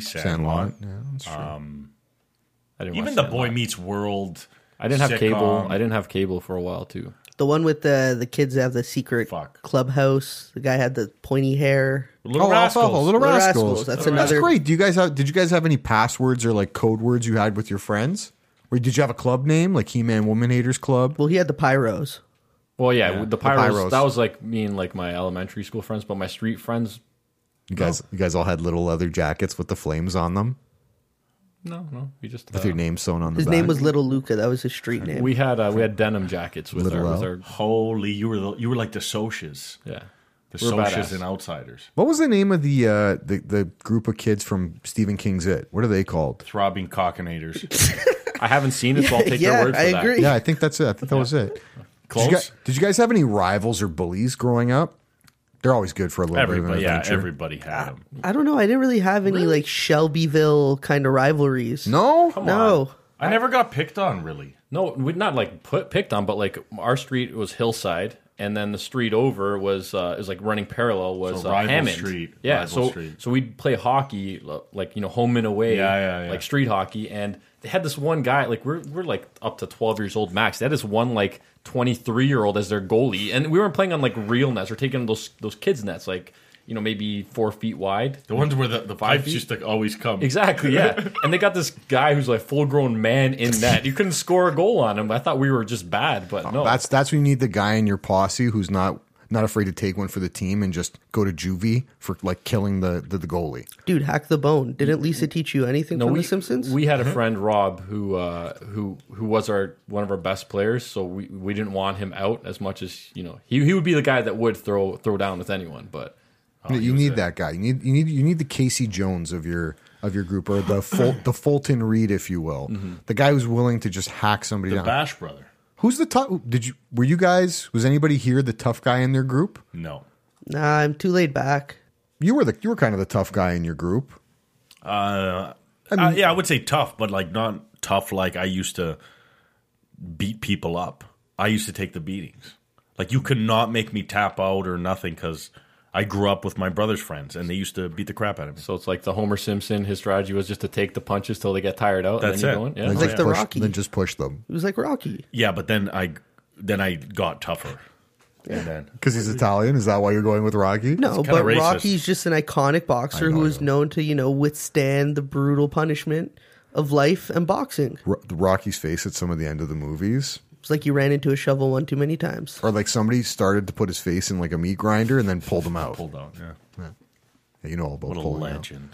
Speaker 1: Sandlot.
Speaker 4: Sandlot.
Speaker 1: Yeah, that's true.
Speaker 3: I didn't
Speaker 4: Even
Speaker 3: watch
Speaker 4: the
Speaker 3: that
Speaker 4: Boy
Speaker 3: lot.
Speaker 4: Meets World.
Speaker 3: I didn't have cable.
Speaker 4: sitcom.
Speaker 3: I didn't have cable for a while too.
Speaker 2: The one with the the kids that have the secret
Speaker 4: Fuck.
Speaker 2: clubhouse. The guy had the pointy hair.
Speaker 4: Little
Speaker 1: oh,
Speaker 4: Rascals.
Speaker 1: Alfalfa, Little,
Speaker 2: Little
Speaker 1: Rascals.
Speaker 2: Rascals, that's
Speaker 1: That's
Speaker 2: another-
Speaker 1: great. Do you guys have? Did you guys have any passwords or like code words you had with your friends? Or did you have a club name like He-Man Woman Haters Club?
Speaker 2: Well, he had the pyros.
Speaker 3: Well, yeah, the, pyros,
Speaker 1: Pyros.
Speaker 3: That was like me and like my elementary school friends, but my street friends.
Speaker 1: You guys, you guys all had little leather jackets with the flames on them
Speaker 3: No, no, we just
Speaker 1: with
Speaker 3: uh,
Speaker 1: your name sewn on the
Speaker 2: His
Speaker 1: back.
Speaker 2: name was Little Luca. That was his street name.
Speaker 3: We had uh, we had denim jackets with
Speaker 1: Little
Speaker 3: our, with
Speaker 1: L.
Speaker 3: our
Speaker 4: Holy, you were the, you were like the socias,
Speaker 3: yeah.
Speaker 4: the
Speaker 3: We're
Speaker 4: socias
Speaker 3: badass.
Speaker 4: and outsiders,
Speaker 1: What was the name of the, uh, the the group of kids from Stephen King's It? What are they called?
Speaker 4: throbbing cockinators.
Speaker 3: I haven't seen it, so I'll take
Speaker 2: Yeah,
Speaker 3: your word for
Speaker 2: I
Speaker 3: that.
Speaker 2: agree.
Speaker 1: Yeah, I think that's it. I think that was it. Did
Speaker 4: Close.
Speaker 1: you, guys, did you guys have any rivals or bullies growing up? They're always good for a little
Speaker 4: everybody,
Speaker 1: bit of an
Speaker 4: yeah,
Speaker 1: adventure. Ah.
Speaker 4: everybody had them.
Speaker 2: I don't know. I didn't really have any like Shelbyville kind of rivalries.
Speaker 1: No,
Speaker 2: no.
Speaker 4: I never got picked on really.
Speaker 3: No, we'd not like put picked on, but like our street was hillside, and then the street over was uh, it was like running parallel was
Speaker 4: So
Speaker 3: uh,
Speaker 4: rival
Speaker 3: Hammond.
Speaker 4: street,
Speaker 3: yeah.
Speaker 4: rival
Speaker 3: so
Speaker 4: street.
Speaker 3: so we'd play hockey lo- like you know home and away,
Speaker 4: Yeah, yeah, yeah.
Speaker 3: like street hockey, and they had this one guy like we're we're like up to twelve years old max. They had this one like twenty three year old as their goalie, and we weren't playing on like real nets. We're taking those those kids nets like you know maybe four feet wide.
Speaker 4: The ones where the, the
Speaker 3: E?
Speaker 4: pipes used to always come.
Speaker 3: Exactly, yeah. and they got this guy who's like full grown man in net. You couldn't score a goal on him. I thought we were just bad, but no.
Speaker 1: That's that's when you need the guy in your posse who's not not afraid to take one for the team and just go to juvie for like killing the the, the goalie.
Speaker 2: Dude, hack the bone. Didn't Lisa teach you anything
Speaker 3: no,
Speaker 2: from
Speaker 3: we,
Speaker 2: The Simpsons?
Speaker 3: We had a friend Rob who uh, who who was our one of our best players, so we, we didn't want him out as much as you know. He he would be the guy that would throw throw down with anyone, but
Speaker 1: you need that guy. You need you need you need the Casey Jones of your of your group or the Ful- the Fulton Reed, if you will, the guy who's willing to just hack somebody
Speaker 4: The
Speaker 1: down.
Speaker 4: Bash Brother.
Speaker 1: who's the tough? Did you were you guys? Was anybody here the tough guy in their group?
Speaker 4: No.
Speaker 2: nah, I'm too laid back.
Speaker 1: You were the you were kind of the tough guy in your group.
Speaker 4: Uh, yeah, I would say tough, but like not tough. Like I used to beat people up. I used to take the beatings. Like you could not make me tap out or nothing because I grew up with my brother's friends and they used to beat the crap out of me.
Speaker 3: so it's like the Homer Simpson. His strategy was just to take the punches till they get tired out. and
Speaker 4: That's
Speaker 3: then
Speaker 4: it.
Speaker 3: you Go in. Yeah.
Speaker 1: Then
Speaker 2: like
Speaker 1: just
Speaker 2: the
Speaker 1: push-
Speaker 2: Rocky.
Speaker 1: Then just push them
Speaker 2: It was like Rocky.
Speaker 4: Yeah, but then I then I got tougher. And then
Speaker 1: because he's Italian. Is that why you're going with Rocky?
Speaker 2: No,
Speaker 4: kinda
Speaker 2: but
Speaker 4: racist.
Speaker 2: Rocky's just an iconic boxer who is known to, you know, withstand the brutal punishment of life and boxing.
Speaker 1: Ro- Rocky's face at some of the end of the movies.
Speaker 2: It's like you ran into a shovel one too many times.
Speaker 1: or like somebody started to put his face in like a meat grinder and then pulled him out.
Speaker 4: hold on. Yeah.
Speaker 1: Yeah, you know all about
Speaker 4: What a
Speaker 1: pulling
Speaker 4: legend.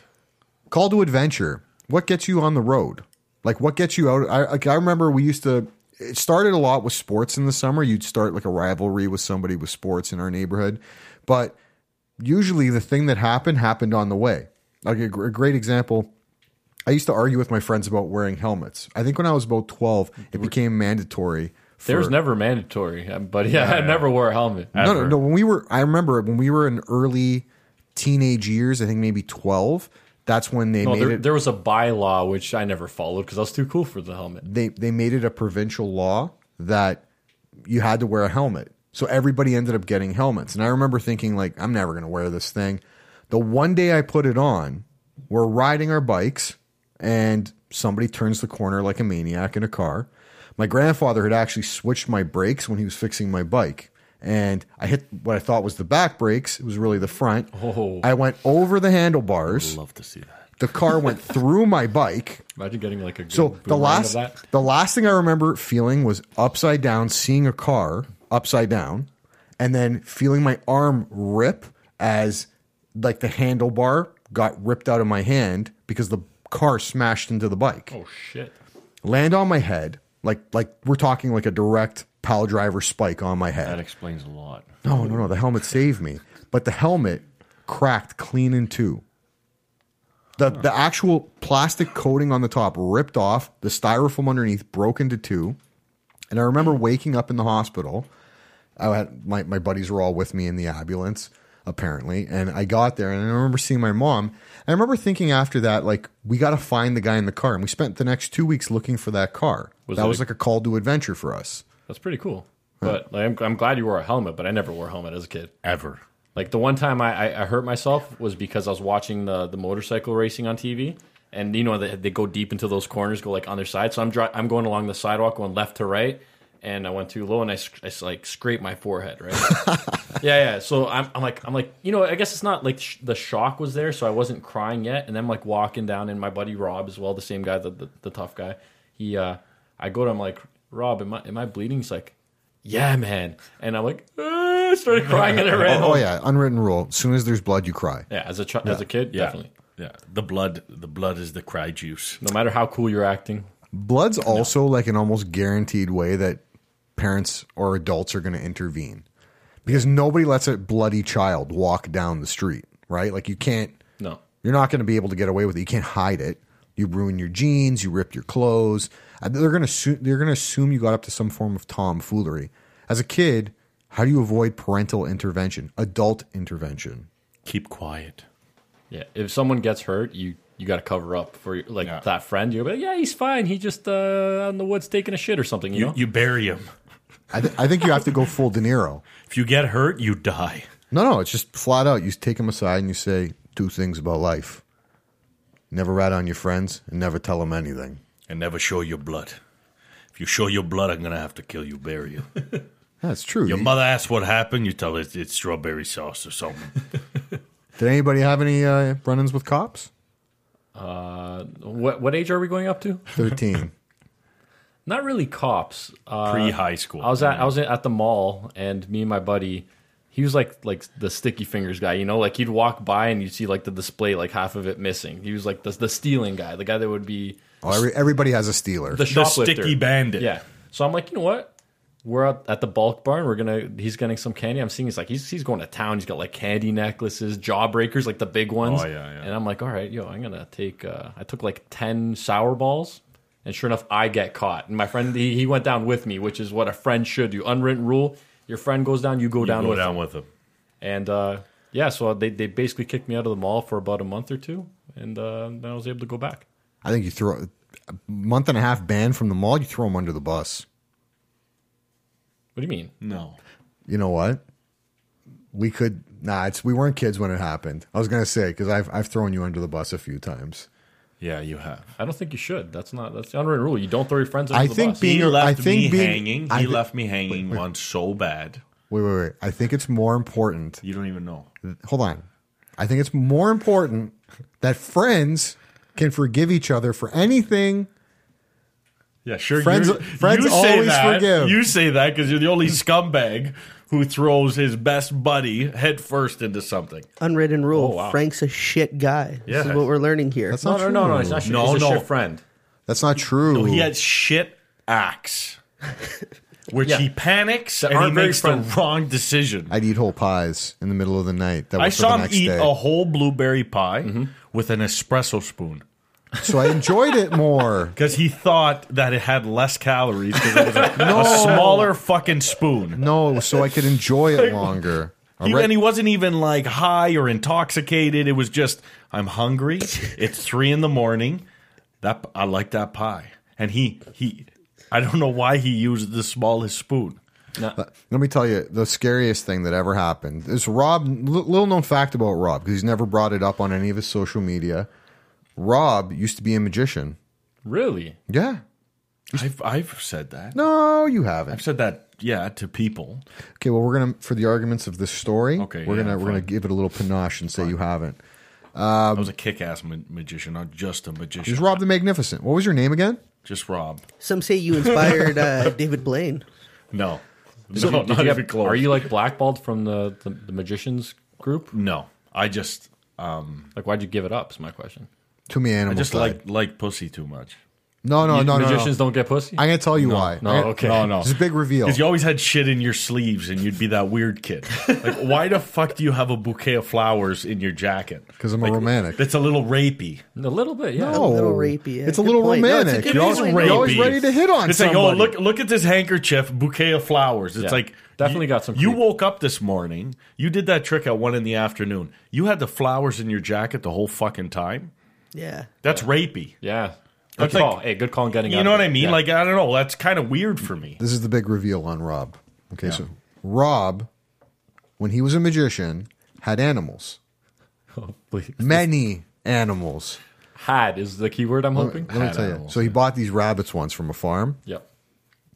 Speaker 1: out. Call to adventure. What gets you on the road? Like what gets you out? I like, I remember we used to. It started a lot with sports in the summer. You'd start like a rivalry with somebody with sports in our neighborhood, but usually the thing that happened happened on the way. Like a, gr- a great example. I used to argue with my friends about wearing helmets. I think when I was about twelve, it became mandatory. For,
Speaker 3: There was never uh, mandatory, um, but yeah, I never wore a helmet.
Speaker 1: No, no, no. When we were, I remember when we were an early teenage years, I think maybe 12, that's when they
Speaker 3: No,
Speaker 1: made
Speaker 3: there,
Speaker 1: it
Speaker 3: there was a bylaw which I never followed because I was too cool for the helmet.
Speaker 1: they they made it a provincial law that you had to wear a helmet. So everybody ended up getting helmets. And I remember thinking like I'm never going to wear this thing. The one day I put it on, we're riding our bikes and somebody turns the corner like a maniac in a car. My grandfather had actually switched my brakes when he was fixing my bike. And I hit what I thought was the back brakes. It was really the front.
Speaker 3: Oh.
Speaker 1: I went over the handlebars.
Speaker 4: Love to see that.
Speaker 1: The car went through my bike.
Speaker 3: Imagine getting like a good
Speaker 1: So the
Speaker 3: boomerang
Speaker 1: last
Speaker 3: of that.
Speaker 1: the last thing I remember feeling was upside down, seeing a car upside down, and then feeling my arm rip as like the handlebar got ripped out of my hand because the car smashed into the bike.
Speaker 3: Oh shit!
Speaker 1: Land on my head, like like we're talking like a direct pal driver spike on my
Speaker 4: That
Speaker 1: head.
Speaker 4: explains a lot.
Speaker 1: No, no, no, the helmet saved me. But the helmet cracked clean in two. The the actual plastic coating on the top ripped off, the styrofoam underneath broke into two. And I remember waking up in the hospital. I had my, my buddies were all with me in the ambulance, apparently. And I got there and I remember seeing my mom. I remember thinking after that, like, we gotta find the guy in the car. And we spent the next two weeks looking for that car.
Speaker 3: Was
Speaker 1: that
Speaker 3: it
Speaker 1: was
Speaker 3: a-
Speaker 1: like a call to adventure for us.
Speaker 3: That's pretty cool. But like, I'm, I'm glad you wore a helmet. But I never wore a helmet as a kid.
Speaker 4: Ever.
Speaker 3: Like the one time I, I, I hurt myself was because I was watching the, the motorcycle racing on TV, and you know they, they go deep into those corners, go like on their side. So I'm dri- I'm going along the sidewalk, going left to right, and I went too low, and I, sc- I s- like scraped my forehead, right? yeah, yeah. So I'm, I'm like I'm like you know I guess it's not like sh- the shock was there, so I wasn't crying yet, and then I'm like walking down, and my buddy Rob as well, the same guy, the the, the tough guy. He uh, I go to him like Rob, am I am I bleeding? He's like, yeah, man, and I'm like. "Ah," Started crying and I ran home.
Speaker 1: Oh yeah, unwritten rule. As soon as there's blood, you cry.
Speaker 3: Yeah, as a ch- as a kid, definitely.
Speaker 4: Yeah. The blood the blood is the cry juice.
Speaker 3: No matter how cool you're acting,
Speaker 1: Blood's also like an almost guaranteed way that parents or adults are going to intervene because nobody lets a bloody child walk down the street, right? Like you can't,
Speaker 3: no.
Speaker 1: you're not going to be able to get away with it. You can't hide it. You ruin your jeans, you rip your clothes. Uh, They're going to assume, they're going to assume you got up to some form of tomfoolery. As a kid, how do you avoid parental intervention, adult intervention?
Speaker 4: Keep quiet.
Speaker 3: Yeah, if someone gets hurt, you you got to cover up for your- like
Speaker 4: Yeah.
Speaker 3: that friend. You're like, yeah, he's fine. He just uh, out in the woods taking a shit or something. You,
Speaker 4: You
Speaker 3: know?
Speaker 4: you bury him.
Speaker 1: I, th- I think you have to go full De Niro.
Speaker 4: If you get hurt, you die.
Speaker 1: No, no, it's just flat out. You take them aside and you say two things about life. Never rat on your friends and never tell them anything.
Speaker 4: And never show your blood. If you show your blood, I'm gonna have to kill you, bury you.
Speaker 1: That's true.
Speaker 4: Your mother asks what happened, you tell her it's, it's strawberry sauce or something.
Speaker 1: Did anybody have any uh, run-ins with cops?
Speaker 3: Uh, what what age are we going up to?
Speaker 1: 13.
Speaker 3: Not really cops. Uh,
Speaker 4: Pre high school.
Speaker 3: I was at I was at the mall, and me and my buddy, he was like like the sticky fingers guy. You know, like he'd walk by and you'd see like the display, like half of it missing. He was like the the stealing guy, the guy that would be
Speaker 1: oh, every, everybody has a stealer.
Speaker 3: the shoplifter.
Speaker 4: sticky bandit.
Speaker 3: Yeah. So I'm like, you know what? We're out at the bulk barn. We're gonna. He's getting some candy. I'm seeing. He's like, he's he's going to town. He's got like candy necklaces, jawbreakers, like the big ones.
Speaker 4: Oh, yeah, yeah.
Speaker 3: And I'm like, all right, yo, I'm gonna take. Uh, I took like ten sour balls, and sure enough, I get caught. And my friend, he, he went down with me, which is what a friend should do. Unwritten rule: your friend goes down, you go
Speaker 4: You
Speaker 3: down
Speaker 4: go
Speaker 3: with.
Speaker 4: down
Speaker 3: them.
Speaker 4: with him.
Speaker 3: And uh, yeah, so they they basically kicked me out of the mall for about a month or two, and uh, then I was able to go back.
Speaker 1: I think you throw a month and a half ban from the mall. You throw them under the bus.
Speaker 3: What do you mean?
Speaker 4: No.
Speaker 1: You know what? We could. Nah, it's we weren't kids when it happened. I was gonna say because I've I've thrown you under the bus a few times.
Speaker 4: Yeah, you have.
Speaker 3: I don't think you should. That's not that's the unwritten rule. You don't throw your friends under
Speaker 1: I
Speaker 3: the
Speaker 1: think
Speaker 3: bus.
Speaker 1: being
Speaker 4: he
Speaker 1: a-
Speaker 4: left
Speaker 1: I think
Speaker 4: me
Speaker 1: being-
Speaker 4: hanging. He
Speaker 1: I thi-
Speaker 4: left me hanging once so bad.
Speaker 1: Wait, wait, wait. I think it's more important
Speaker 4: You don't even know.
Speaker 1: hold on. I think it's more important that friends can forgive each other for anything.
Speaker 4: Yeah, sure.
Speaker 1: Friends-
Speaker 4: you-
Speaker 1: friends
Speaker 4: you say
Speaker 1: always
Speaker 4: that,
Speaker 1: forgive.
Speaker 4: You say that because you're the only scumbag who throws his best buddy headfirst into something.
Speaker 2: Unwritten rule.
Speaker 3: Oh, wow.
Speaker 2: Frank's a shit guy. This
Speaker 4: Yeah.
Speaker 2: is what we're learning here.
Speaker 1: That's
Speaker 3: no,
Speaker 1: not
Speaker 3: no,
Speaker 1: true.
Speaker 3: no, no, it's not.
Speaker 4: No,
Speaker 3: No, he's a
Speaker 4: no.
Speaker 3: shit friend.
Speaker 1: That's not true.
Speaker 4: He had shit acts, which
Speaker 3: Yeah.
Speaker 4: he panics
Speaker 3: That
Speaker 4: and he
Speaker 3: aren't very
Speaker 4: makes
Speaker 3: friendly.
Speaker 4: the wrong decision. I,
Speaker 1: I'd eat whole pies in the middle of the night. That was for
Speaker 4: saw
Speaker 1: the
Speaker 4: him
Speaker 1: next
Speaker 4: eat
Speaker 1: day.
Speaker 4: a whole blueberry pie with an espresso spoon
Speaker 1: so I enjoyed it more.
Speaker 4: because he thought that it had less calories because it was a, a smaller fucking spoon.
Speaker 1: No, so I could enjoy it longer.
Speaker 4: He,
Speaker 1: right.
Speaker 4: And he wasn't even like high or intoxicated. It was just, I'm hungry. It's three in the morning. That I like that pie. And he he, I don't know why he used the smallest spoon.
Speaker 1: Let me tell you the scariest thing that ever happened is Rob. li- Little known fact about Rob because he's never brought it up on any of his social media. Rob used to be a magician.
Speaker 3: Really?
Speaker 1: Yeah.
Speaker 4: I've I've said that.
Speaker 1: No, you haven't.
Speaker 4: I've said that. Yeah, to people.
Speaker 1: Okay, well, we're gonna for the arguments of this story.
Speaker 4: Okay,
Speaker 1: we're
Speaker 4: yeah,
Speaker 1: gonna we're gonna
Speaker 4: fine.
Speaker 1: give it a little panache and say you haven't.
Speaker 4: I
Speaker 3: Um,
Speaker 4: was a kick-ass ma- magician, not just a magician.
Speaker 1: Is Rob the Magnificent? What was your name again?
Speaker 4: Just Rob.
Speaker 2: Some say you inspired uh, David Blaine.
Speaker 4: No,
Speaker 3: Did
Speaker 4: no,
Speaker 3: you- did
Speaker 4: not
Speaker 3: you have-
Speaker 4: even close.
Speaker 3: Are you like blackballed from the, the, the magicians group?
Speaker 4: No, I just
Speaker 3: Like, why'd you give it up? Is my question.
Speaker 1: Too many
Speaker 4: I
Speaker 1: animals.
Speaker 4: just
Speaker 1: died.
Speaker 4: like like pussy too much.
Speaker 1: no, no,
Speaker 3: You-
Speaker 1: no, no, no.
Speaker 3: magicians don't get pussy.
Speaker 1: I'm gonna tell you why.
Speaker 3: no,
Speaker 1: I-
Speaker 3: okay.
Speaker 4: No, no.
Speaker 1: It's a big reveal.
Speaker 4: Because you always had shit in your sleeves and you'd be that weird kid. Like, why the fuck do you have a bouquet of flowers in your jacket?
Speaker 1: 'Cause I'm a romantic.
Speaker 4: That's a little rapey.
Speaker 3: a little bit, yeah.
Speaker 1: No,
Speaker 2: little rapey, yeah,
Speaker 1: It's a
Speaker 2: good
Speaker 1: little
Speaker 2: point. No, it's a
Speaker 1: romantic.
Speaker 2: good
Speaker 1: you're, always,
Speaker 2: point.
Speaker 1: you're always
Speaker 4: Rapey.
Speaker 1: ready to hit on
Speaker 4: It's like, oh,
Speaker 1: somebody.
Speaker 4: look, look at this handkerchief bouquet of flowers. It's
Speaker 3: Yeah.
Speaker 4: like
Speaker 3: Definitely
Speaker 4: you-
Speaker 3: got some
Speaker 4: You
Speaker 3: creep.
Speaker 4: woke up this morning. You did that trick at one in the afternoon. You had the flowers in your jacket the whole fucking time.
Speaker 2: Yeah.
Speaker 4: That's rapey.
Speaker 3: Yeah. Good
Speaker 4: That's
Speaker 3: call.
Speaker 4: like-
Speaker 3: hey, good call on getting out
Speaker 4: You
Speaker 3: of
Speaker 4: know what
Speaker 3: it.
Speaker 4: I mean?
Speaker 3: Yeah.
Speaker 4: Like I don't know. That's kind of weird for me.
Speaker 1: This is the big reveal on Rob. Okay, so Rob, when he was a magician, had animals,
Speaker 3: Oh, please.
Speaker 1: many animals.
Speaker 3: had is the key word I'm hoping.
Speaker 1: Let me
Speaker 4: Had
Speaker 1: tell you.
Speaker 4: animals,
Speaker 1: So he bought these rabbits once from a farm.
Speaker 3: Yep.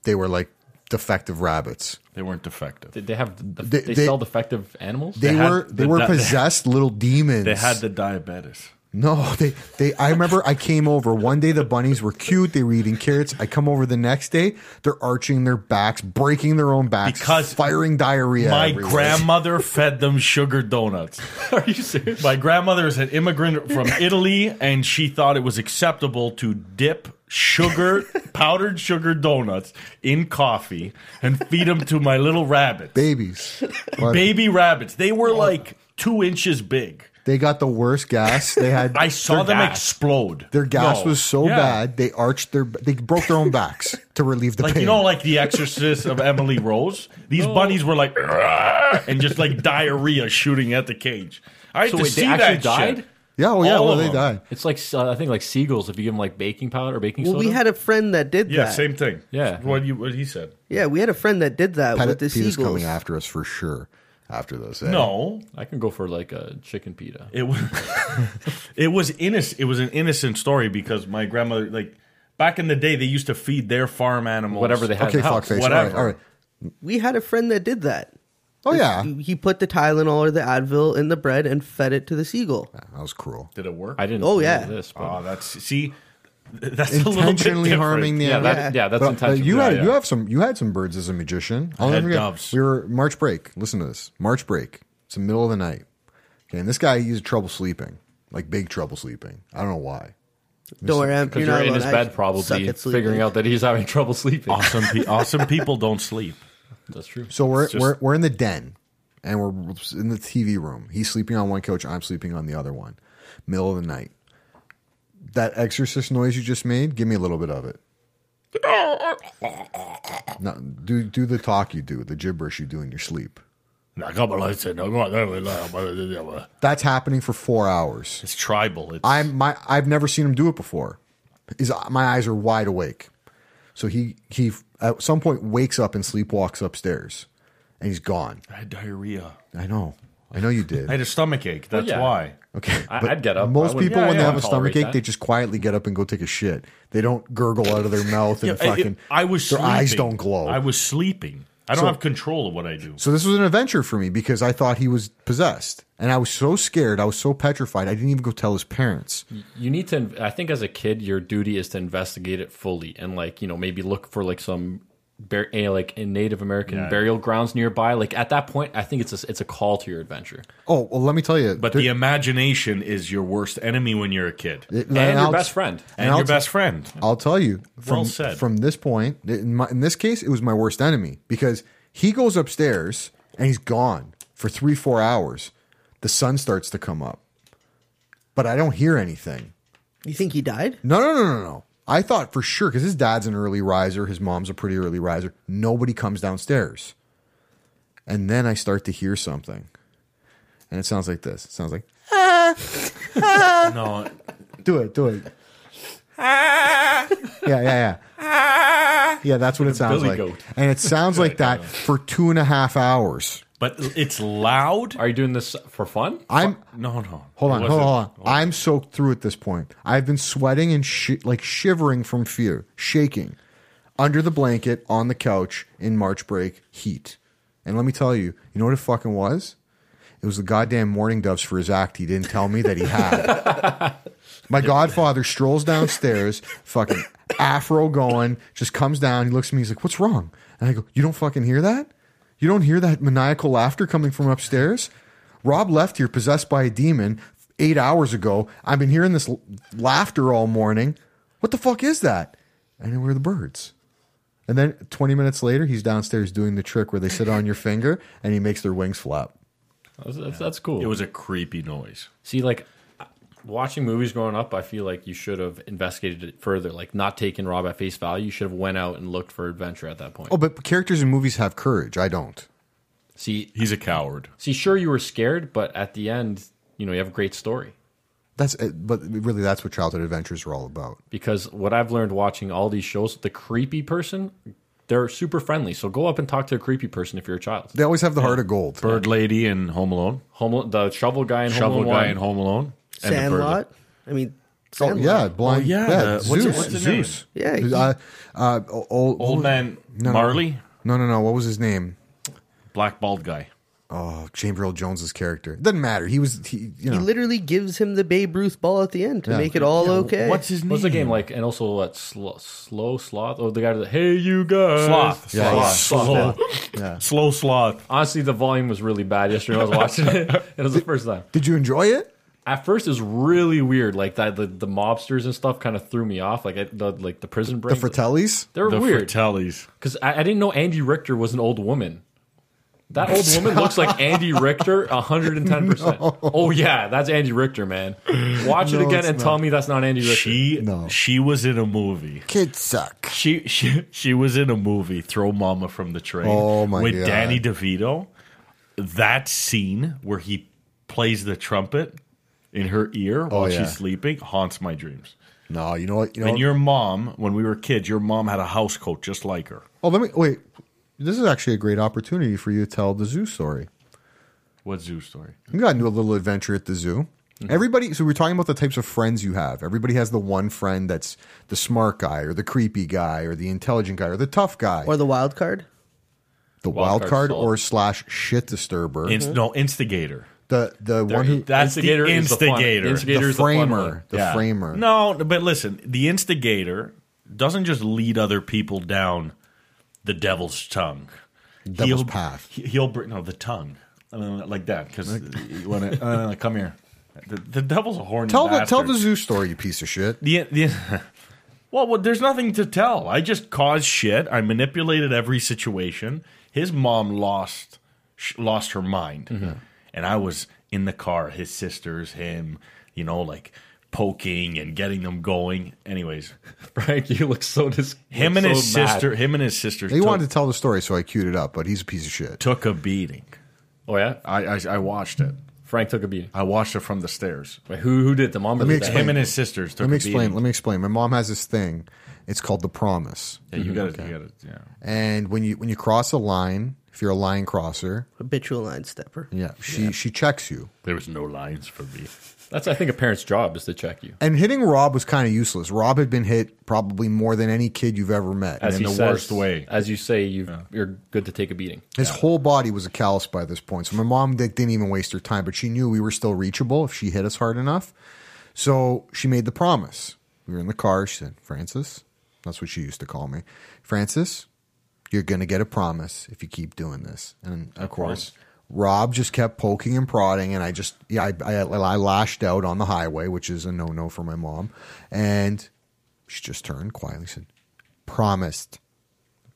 Speaker 1: They were like defective rabbits.
Speaker 4: They weren't defective.
Speaker 3: Did they have?
Speaker 1: They-
Speaker 3: They,
Speaker 1: they-
Speaker 3: sell defective animals.
Speaker 1: They,
Speaker 4: They had
Speaker 1: were
Speaker 4: the-
Speaker 1: they were
Speaker 4: the-
Speaker 1: possessed little demons.
Speaker 4: They had the diabetes.
Speaker 1: No, they, they, I remember I came over one day, the bunnies were cute. They were eating carrots. I come over the next day, they're arching their backs, breaking their own backs,
Speaker 4: Because
Speaker 1: firing diarrhea.
Speaker 4: My
Speaker 1: everywhere.
Speaker 4: grandmother fed them sugar donuts.
Speaker 3: Are you serious?
Speaker 4: My grandmother is an immigrant from Italy, and she thought it was acceptable to dip sugar, powdered sugar donuts in coffee and feed them to my little rabbits.
Speaker 1: Babies. But
Speaker 4: Baby rabbits. They
Speaker 3: Oh.
Speaker 4: were like two inches big.
Speaker 1: They got the worst gas. They had.
Speaker 4: I saw
Speaker 3: Their
Speaker 4: them
Speaker 3: gas.
Speaker 4: explode.
Speaker 1: their gas
Speaker 4: No.
Speaker 1: was so
Speaker 4: Yeah.
Speaker 1: bad, they arched their, they broke their own backs to relieve the
Speaker 4: Like
Speaker 1: pain.
Speaker 4: you know, like The Exorcist of Emily Rose. These bunnies were like, "Argh," and just like diarrhea shooting at the cage. I had
Speaker 3: So
Speaker 4: to
Speaker 3: wait,
Speaker 4: see
Speaker 3: they actually
Speaker 4: that
Speaker 3: died?
Speaker 4: shit.
Speaker 1: yeah, well, yeah,
Speaker 4: all
Speaker 1: well,
Speaker 4: of
Speaker 1: they
Speaker 4: them.
Speaker 1: died.
Speaker 3: It's like uh, I think like seagulls. If you give them like baking powder or baking
Speaker 2: Well,
Speaker 3: soda.
Speaker 2: we had a friend that did
Speaker 4: Yeah,
Speaker 2: that.
Speaker 4: same thing.
Speaker 3: Yeah.
Speaker 4: what you what he said.
Speaker 2: Yeah, we had a friend that did that with
Speaker 1: Pettit
Speaker 2: the
Speaker 1: Peter's
Speaker 2: seagulls.
Speaker 1: coming after us for sure. After this, eh?
Speaker 4: No,
Speaker 3: I can go for like a chicken pita.
Speaker 4: it was it was innocent. It was an innocent story because my grandmother, like back in the day, they used to feed their farm animals
Speaker 3: Whatever they had.
Speaker 1: Okay,
Speaker 3: in the house.
Speaker 1: fuckface. All right,
Speaker 4: whatever.
Speaker 1: all right.
Speaker 2: We had a friend that did that.
Speaker 1: Oh yeah,
Speaker 2: He put the Tylenol or the Advil in the bread and fed it to the seagull.
Speaker 1: mm, that was cruel.
Speaker 4: Did it work?
Speaker 3: I didn't.
Speaker 2: Oh,
Speaker 3: know
Speaker 2: yeah.
Speaker 3: This, but
Speaker 4: Oh, that's see, that's a little
Speaker 1: intentionally
Speaker 4: bit
Speaker 1: harming the
Speaker 3: yeah,
Speaker 1: animal.
Speaker 3: that, yeah, that's
Speaker 1: But, uh,
Speaker 3: intentional.
Speaker 1: you
Speaker 3: yeah,
Speaker 1: had
Speaker 3: yeah.
Speaker 1: you have some you had some birds as a magician. I'll
Speaker 4: had
Speaker 1: never forget.
Speaker 4: doves.
Speaker 1: We were March break. Listen to this. March break. It's the middle of the night. Okay, and this guy he's trouble sleeping, like big trouble sleeping. I don't know why.
Speaker 2: Don't worry, I'm,
Speaker 3: because
Speaker 2: not
Speaker 3: you're in
Speaker 2: alone.
Speaker 3: his
Speaker 2: I
Speaker 3: bed
Speaker 2: suck
Speaker 3: probably
Speaker 2: at sleeping.
Speaker 3: figuring out that he's having trouble sleeping.
Speaker 1: Oh,
Speaker 4: awesome. Pe- awesome people don't sleep.
Speaker 3: That's true.
Speaker 1: So we're
Speaker 4: just-
Speaker 1: we're we're in the den, and we're in the TV room. He's sleeping on one couch. I'm sleeping on the other one. Middle of the night. That exorcist noise you just made. Give me a little bit of it. No, do do the talk you do, the gibberish you do in your sleep.
Speaker 4: It's
Speaker 1: That's happening for four hours.
Speaker 4: tribal. It's,
Speaker 1: I'm my I've never seen him do it before. Is my eyes are wide awake. So he he at some point wakes up and sleepwalks upstairs, and he's gone.
Speaker 4: I had diarrhea.
Speaker 1: I know, I know you
Speaker 4: I
Speaker 1: did.
Speaker 4: had a stomach ache. That's
Speaker 3: Oh, yeah.
Speaker 4: why.
Speaker 1: Okay,
Speaker 3: I-
Speaker 1: but
Speaker 3: I'd get up. I
Speaker 1: Most
Speaker 3: wouldn't-
Speaker 1: people
Speaker 3: yeah,
Speaker 1: when
Speaker 3: yeah,
Speaker 1: they
Speaker 3: I
Speaker 1: have a
Speaker 3: wouldn't
Speaker 1: stomach
Speaker 3: tolerate
Speaker 1: ache, they
Speaker 3: that.
Speaker 1: just quietly get up and go take a shit. They don't gurgle out of their mouth and
Speaker 4: I-
Speaker 1: fucking.
Speaker 4: I was.
Speaker 1: their eyes
Speaker 4: sleeping.
Speaker 1: don't glow.
Speaker 4: I was sleeping. I don't
Speaker 1: So-
Speaker 4: have control of what I do.
Speaker 1: so this was an adventure for me because I thought he was possessed, and I was so scared, I was so petrified, I didn't even go tell his parents.
Speaker 3: you need to i think as a kid your duty is to investigate it fully and like you know maybe look for like some bur- eh, like in native american burial grounds nearby like at that point i think it's a, it's a call to your adventure
Speaker 1: Oh well, let me tell you.
Speaker 4: But the imagination is your worst enemy when you're a kid.
Speaker 3: and, your best friend
Speaker 4: and
Speaker 1: I'll
Speaker 4: your
Speaker 1: t-
Speaker 4: best friend.
Speaker 1: I'll tell you from,
Speaker 4: Well said.
Speaker 1: from this point, in, my, in this case, it was my worst enemy because he goes upstairs and he's gone for three, four hours. The sun starts to come up, but I don't hear anything.
Speaker 2: You think he died?
Speaker 1: No, no, no, no, no. I thought for sure because his dad's an early riser, his mom's a pretty early riser. Nobody comes downstairs. And then I start to hear something. and it sounds like this. It sounds like
Speaker 4: No,
Speaker 1: do it, do it. yeah, yeah, yeah. Yeah, that's what it sounds
Speaker 3: billy
Speaker 1: like,
Speaker 3: goat.
Speaker 1: and it sounds like that for two and a half hours.
Speaker 4: but it's loud.
Speaker 3: Are you doing this for fun?
Speaker 1: I'm
Speaker 4: No, no.
Speaker 1: Hold on,
Speaker 4: It
Speaker 1: hold on,
Speaker 4: wasn't-
Speaker 1: hold on. I'm soaked through at this point. I've been sweating and shi like shivering from fear, shaking under the blanket on the couch in March break heat. And let me tell you, you know what it fucking was? It was the goddamn morning doves for his act. He didn't tell me that he had. My godfather strolls downstairs, fucking afro going, just comes down. He looks at me. He's like, "What's wrong?" And I go, "You don't fucking hear that? You don't hear that maniacal laughter coming from upstairs?" Rob left here possessed by a demon eight hours ago. I've been hearing this l- laughter all morning. What the fuck is that? And then where are the birds? And then 20 minutes later, he's downstairs doing the trick where they sit on your finger and he makes their wings flap.
Speaker 3: That's, that's, that's cool.
Speaker 4: It was a creepy noise.
Speaker 3: See, like watching movies growing up, I feel like you should have investigated it further. Like not taking Rob at face value. You should have went out and looked for adventure at that point.
Speaker 1: Oh, but characters in movies have courage. I don't.
Speaker 3: See,
Speaker 4: He's a coward.
Speaker 3: see, sure you were scared, but at the end, you know, you have a great story.
Speaker 1: That's it, but really, that's what childhood adventures are all about.
Speaker 3: Because what I've learned watching all these shows, the creepy person, they're super friendly. So go up and talk to a creepy person if you're a child.
Speaker 1: They always have the heart of gold.
Speaker 4: Bird lady in Home Alone.
Speaker 3: Home, the shovel guy in
Speaker 4: Shovel
Speaker 3: Home Alone
Speaker 4: guy
Speaker 3: one.
Speaker 4: in Home Alone. the bird-
Speaker 2: Sandlot. I mean,
Speaker 1: Oh,
Speaker 2: Sandlot.
Speaker 1: yeah, blind.
Speaker 4: Oh, yeah,
Speaker 1: yeah,
Speaker 4: the- what's
Speaker 1: Zeus.
Speaker 4: it- what's his name?
Speaker 1: Zeus.
Speaker 2: Yeah, he-
Speaker 1: Uh, uh, old,
Speaker 4: Old man Marley.
Speaker 1: No, no, no. What was his name?
Speaker 4: Black bald guy.
Speaker 1: Oh, James Earl Jones's character. Doesn't matter. He was, he, you know.
Speaker 2: He literally gives him the Babe Ruth ball at the end to
Speaker 1: Yeah.
Speaker 2: make it all okay.
Speaker 4: What's his name?
Speaker 3: What's the game like? And also what slow, slow sloth? Oh, the guy that hey you guys
Speaker 4: Sloth.
Speaker 1: Yeah,
Speaker 4: Uh, sloth.
Speaker 1: he's
Speaker 4: Slow. Slow sloth.
Speaker 3: Honestly, the volume was really bad yesterday. when I was watching it. It was the first time.
Speaker 1: Did you enjoy it?
Speaker 3: At first, it was really weird. Like that, the, the mobsters and stuff kind of threw me off. Like I, the like the
Speaker 1: The
Speaker 3: prison break.
Speaker 1: Fratellis?
Speaker 3: they were
Speaker 4: The
Speaker 3: weird
Speaker 4: Fratellis.
Speaker 3: because I, I didn't know Andy Richter was an old woman. That old woman looks like Andy Richter, hundred and ten percent. Oh yeah, that's Andy Richter, man. Watch it
Speaker 1: No,
Speaker 3: again
Speaker 1: it's
Speaker 3: and
Speaker 1: not.
Speaker 3: tell me that's not Andy Richter.
Speaker 4: She
Speaker 1: No.
Speaker 4: she was in a movie.
Speaker 1: Kids suck.
Speaker 4: She she she was in a movie, Throw Mama from the Train.
Speaker 1: Oh, my
Speaker 4: with
Speaker 1: God.
Speaker 4: Danny DeVito. That scene where he plays the trumpet in her ear while
Speaker 1: Oh, yeah.
Speaker 4: she's sleeping haunts my dreams.
Speaker 1: No, you know what? You know.
Speaker 4: And your mom, when we were kids, your mom had a house coat just like her.
Speaker 1: oh, let me wait. This is actually a great opportunity for you to tell the zoo story.
Speaker 4: What zoo story?
Speaker 1: You got into a little adventure at the zoo. Everybody, so we're talking about the types of friends you have. Everybody has the one friend that's the smart guy, or the creepy guy, or the intelligent guy, or the tough guy,
Speaker 2: Or the wild card?
Speaker 1: the wild,
Speaker 3: card
Speaker 1: card,
Speaker 3: solid.
Speaker 1: or slash shit disturber,
Speaker 4: Inst- No, instigator.
Speaker 1: the the one who
Speaker 4: That's
Speaker 3: Instigator
Speaker 4: the
Speaker 3: is the fun-
Speaker 4: instigator.
Speaker 3: instigator.
Speaker 1: the
Speaker 3: Gator's the fun one.
Speaker 1: framer, the,
Speaker 4: Yeah.
Speaker 1: framer.
Speaker 4: No, but listen, the instigator doesn't just lead other people down the devil's tongue.
Speaker 1: Devil's path.
Speaker 4: he- He'll bring no the tongue I don't know, like that because you want to uh, come here. The, the devil's a horny.
Speaker 1: Tell the
Speaker 4: bastard.
Speaker 1: tell the zoo story, you piece of shit.
Speaker 4: The, the- well, well, there's nothing to tell. I just caused shit. I manipulated every situation. His mom lost sh- lost her mind, and I was in the car. His sisters, him, you know, like poking and getting them going. Anyways,
Speaker 3: Frank, you look so dis-
Speaker 4: him and
Speaker 3: so
Speaker 4: his
Speaker 3: mad.
Speaker 4: sister, him and his sister,
Speaker 1: He
Speaker 4: took,
Speaker 1: wanted to tell the story, so I queued it up, but he's a piece of shit.
Speaker 4: took a beating.
Speaker 3: Oh yeah,
Speaker 4: I, I I watched it.
Speaker 3: Frank took a beating.
Speaker 4: I watched it from the stairs.
Speaker 3: Wait, who who did it? the mom? Let
Speaker 1: me
Speaker 3: the dad?
Speaker 1: explain.
Speaker 4: Him and his sisters took
Speaker 1: Let me
Speaker 4: a
Speaker 1: explain.
Speaker 4: beating.
Speaker 1: Let me explain. My mom has this thing. It's called the promise.
Speaker 4: Yeah, you got it. You got it. Yeah.
Speaker 1: And when you when you cross a line, if you're a line crosser,
Speaker 2: Habitual line stepper.
Speaker 1: yeah, she she checks you.
Speaker 4: There was no lines for me.
Speaker 3: That's I think a parent's job is to check you.
Speaker 1: And hitting Rob was kind of useless. Rob had been hit probably more than any kid you've ever met.
Speaker 3: As
Speaker 1: And
Speaker 3: you
Speaker 4: the
Speaker 3: says-
Speaker 4: worst way.
Speaker 3: As you say, you you're good to take a beating.
Speaker 1: his whole body was a callus by this point. So my mom di- didn't even waste her time, but she knew we were still reachable if she hit us hard enough. So she made the promise. We were in the car. She said, Francis, that's what she used to call me. Francis, you're going to get a promise if you keep doing this. And of course, Rob just kept poking and prodding, and I just, yeah, I, I, I lashed out on the highway, which is a no no for my mom. And she just turned quietly said, Promised.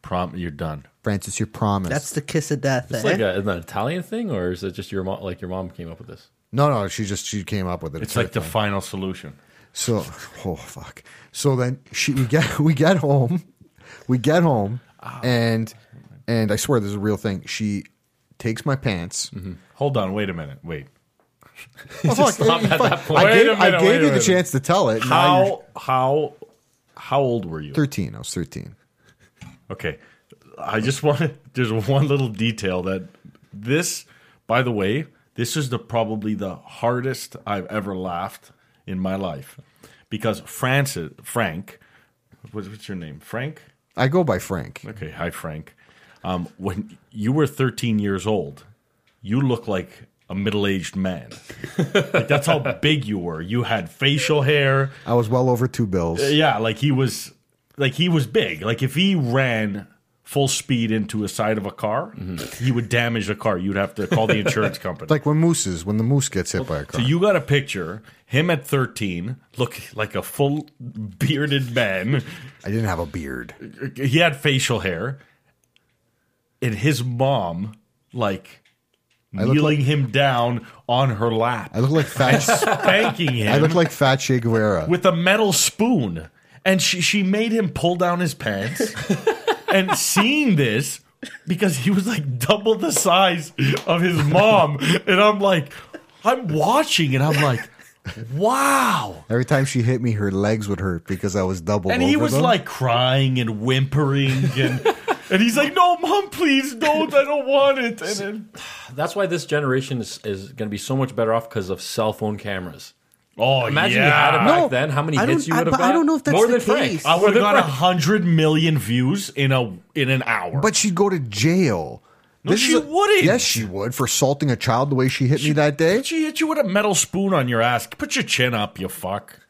Speaker 4: Prom, you're done.
Speaker 1: Francis, you're promised.
Speaker 2: That's the kiss of death.
Speaker 3: It's
Speaker 2: eh?
Speaker 3: like a, an Italian thing, or is it just your mom? Like your mom came up with this?
Speaker 1: no, no, she just, she came up with it.
Speaker 4: It's like
Speaker 1: her
Speaker 4: the
Speaker 1: thing.
Speaker 4: final solution.
Speaker 1: So, oh fuck. So then she we get we get home, we get home,
Speaker 4: Ah.
Speaker 1: and and I swear this is a real thing. She takes my pants.
Speaker 4: Mm-hmm. Hold on, wait a minute, wait.
Speaker 1: Well, fuck,
Speaker 3: stop at
Speaker 1: fuck.
Speaker 3: that point.
Speaker 1: I
Speaker 3: Wait
Speaker 1: gave,
Speaker 3: a
Speaker 1: I
Speaker 3: minute,
Speaker 1: gave
Speaker 3: wait a
Speaker 1: you the
Speaker 3: minute.
Speaker 1: chance to tell it. Now you're
Speaker 4: How how how old were you?
Speaker 1: 13. I was 13.
Speaker 4: Okay. I just want to. There's one little detail that this, by the way, this is the probably the hardest I've ever laughed in my life because Francis, Frank, what's, what's your name? Frank?
Speaker 1: I go by Frank.
Speaker 4: Okay. Hi, Frank. Um, when you were 13 years old, you look like a middle aged man. like that's how big you were. You had facial hair.
Speaker 1: I was well over two bills.
Speaker 4: Yeah, like he was like he was big. Like if he ran full speed into a side of a car,
Speaker 1: Mm-hmm.
Speaker 4: he would damage the car. You'd have to call the insurance company.
Speaker 1: Like when mooses, when the moose gets hit by a car.
Speaker 4: so you got a picture him at 13, look like a full bearded man.
Speaker 1: I didn't have a beard.
Speaker 4: He had facial hair. And his mom like
Speaker 1: look
Speaker 4: kneeling him down on her lap,
Speaker 1: I look like fat.
Speaker 4: spanking him.
Speaker 1: I look like Fat Che Guevara.
Speaker 4: with a metal spoon. And she, she made him pull down his pants. and seeing this, because he was like double the size of his mom. and I'm like, I'm watching and I'm like, wow.
Speaker 1: Every time she hit me, her legs would hurt because I was double.
Speaker 4: And he
Speaker 1: over
Speaker 4: was
Speaker 1: them.
Speaker 4: like crying and whimpering. And, and he's like, no, mom, please don't. I don't want it. And then,
Speaker 3: That's why this generation is, is going to be so much better off because of cell phone cameras.
Speaker 4: oh,
Speaker 3: Imagine
Speaker 4: yeah.
Speaker 3: you had them back
Speaker 2: No,
Speaker 3: then. How many
Speaker 2: I
Speaker 3: hits
Speaker 2: don't-
Speaker 3: you
Speaker 2: I-
Speaker 3: would have
Speaker 2: but
Speaker 3: got?
Speaker 2: I don't know if that's
Speaker 3: More
Speaker 2: the
Speaker 3: than
Speaker 2: case.
Speaker 4: I
Speaker 3: Frank. Uh,
Speaker 4: would have
Speaker 3: More
Speaker 4: got
Speaker 3: than
Speaker 4: a
Speaker 3: Frank.
Speaker 4: hundred million views in a in an hour.
Speaker 1: But she'd go to jail. No,
Speaker 4: she wouldn't.
Speaker 1: Yes, she would for assaulting a child the way she hit me that day.
Speaker 4: She hit you with a metal spoon on your ass. Put your chin up, you fuck.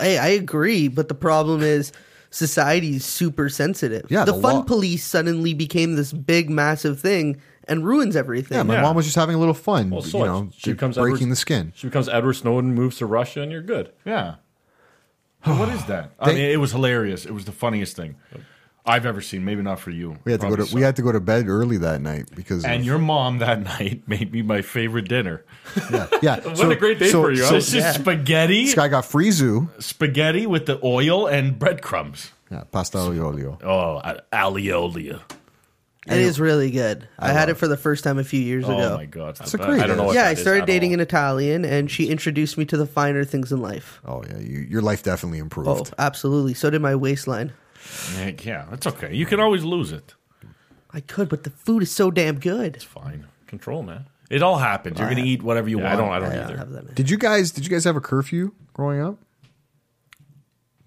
Speaker 2: Hey, I agree, but the problem is society is super sensitive.
Speaker 1: Yeah,
Speaker 2: the,
Speaker 1: the
Speaker 2: fun
Speaker 1: law-
Speaker 2: police suddenly became this big, massive thing and ruins everything.
Speaker 1: Yeah, my
Speaker 4: Yeah.
Speaker 1: mom was just having a little fun.
Speaker 3: Well, so
Speaker 1: you
Speaker 3: what?
Speaker 1: know,
Speaker 3: she becomes
Speaker 1: breaking
Speaker 3: Edward,
Speaker 1: the skin.
Speaker 3: She becomes Edward Snowden, moves to Russia, and you're good.
Speaker 4: Yeah. what is that? I
Speaker 1: Thank-
Speaker 4: mean, it was hilarious. It was the funniest thing I've ever seen. Maybe not for you.
Speaker 1: We had to go to
Speaker 4: Probably so.
Speaker 1: we had to go to bed early that night because
Speaker 4: and
Speaker 1: of-
Speaker 4: your mom that night made me my favorite dinner.
Speaker 1: yeah, yeah.
Speaker 3: What a great day for you,
Speaker 1: So
Speaker 3: huh?
Speaker 4: This is spaghetti,
Speaker 1: this guy got frizu.
Speaker 4: spaghetti with the oil and breadcrumbs.
Speaker 1: Yeah, pasta olio olio.
Speaker 4: Oh, aliolia.
Speaker 2: It is really good. I, had it for the first time a few years ago.
Speaker 4: Oh my god,
Speaker 1: a
Speaker 4: I-
Speaker 1: great
Speaker 4: I don't know. What
Speaker 2: yeah,
Speaker 4: that
Speaker 2: I
Speaker 4: is
Speaker 2: started
Speaker 4: at
Speaker 2: dating
Speaker 4: all.
Speaker 2: an Italian, and she introduced me to the finer things in life.
Speaker 1: Oh yeah, you, your life definitely improved.
Speaker 2: Oh, absolutely. So did my waistline.
Speaker 4: Heck, yeah, that's okay. You can always lose it.
Speaker 2: I could, but the food is so damn good.
Speaker 4: Fine.
Speaker 3: Control, man.
Speaker 4: It all happens. You're gonna eat whatever you
Speaker 3: Yeah,
Speaker 4: want.
Speaker 3: I don't. I don't
Speaker 2: I don't
Speaker 3: either.
Speaker 2: have that. many.
Speaker 1: Did you guys did you guys have a curfew growing up?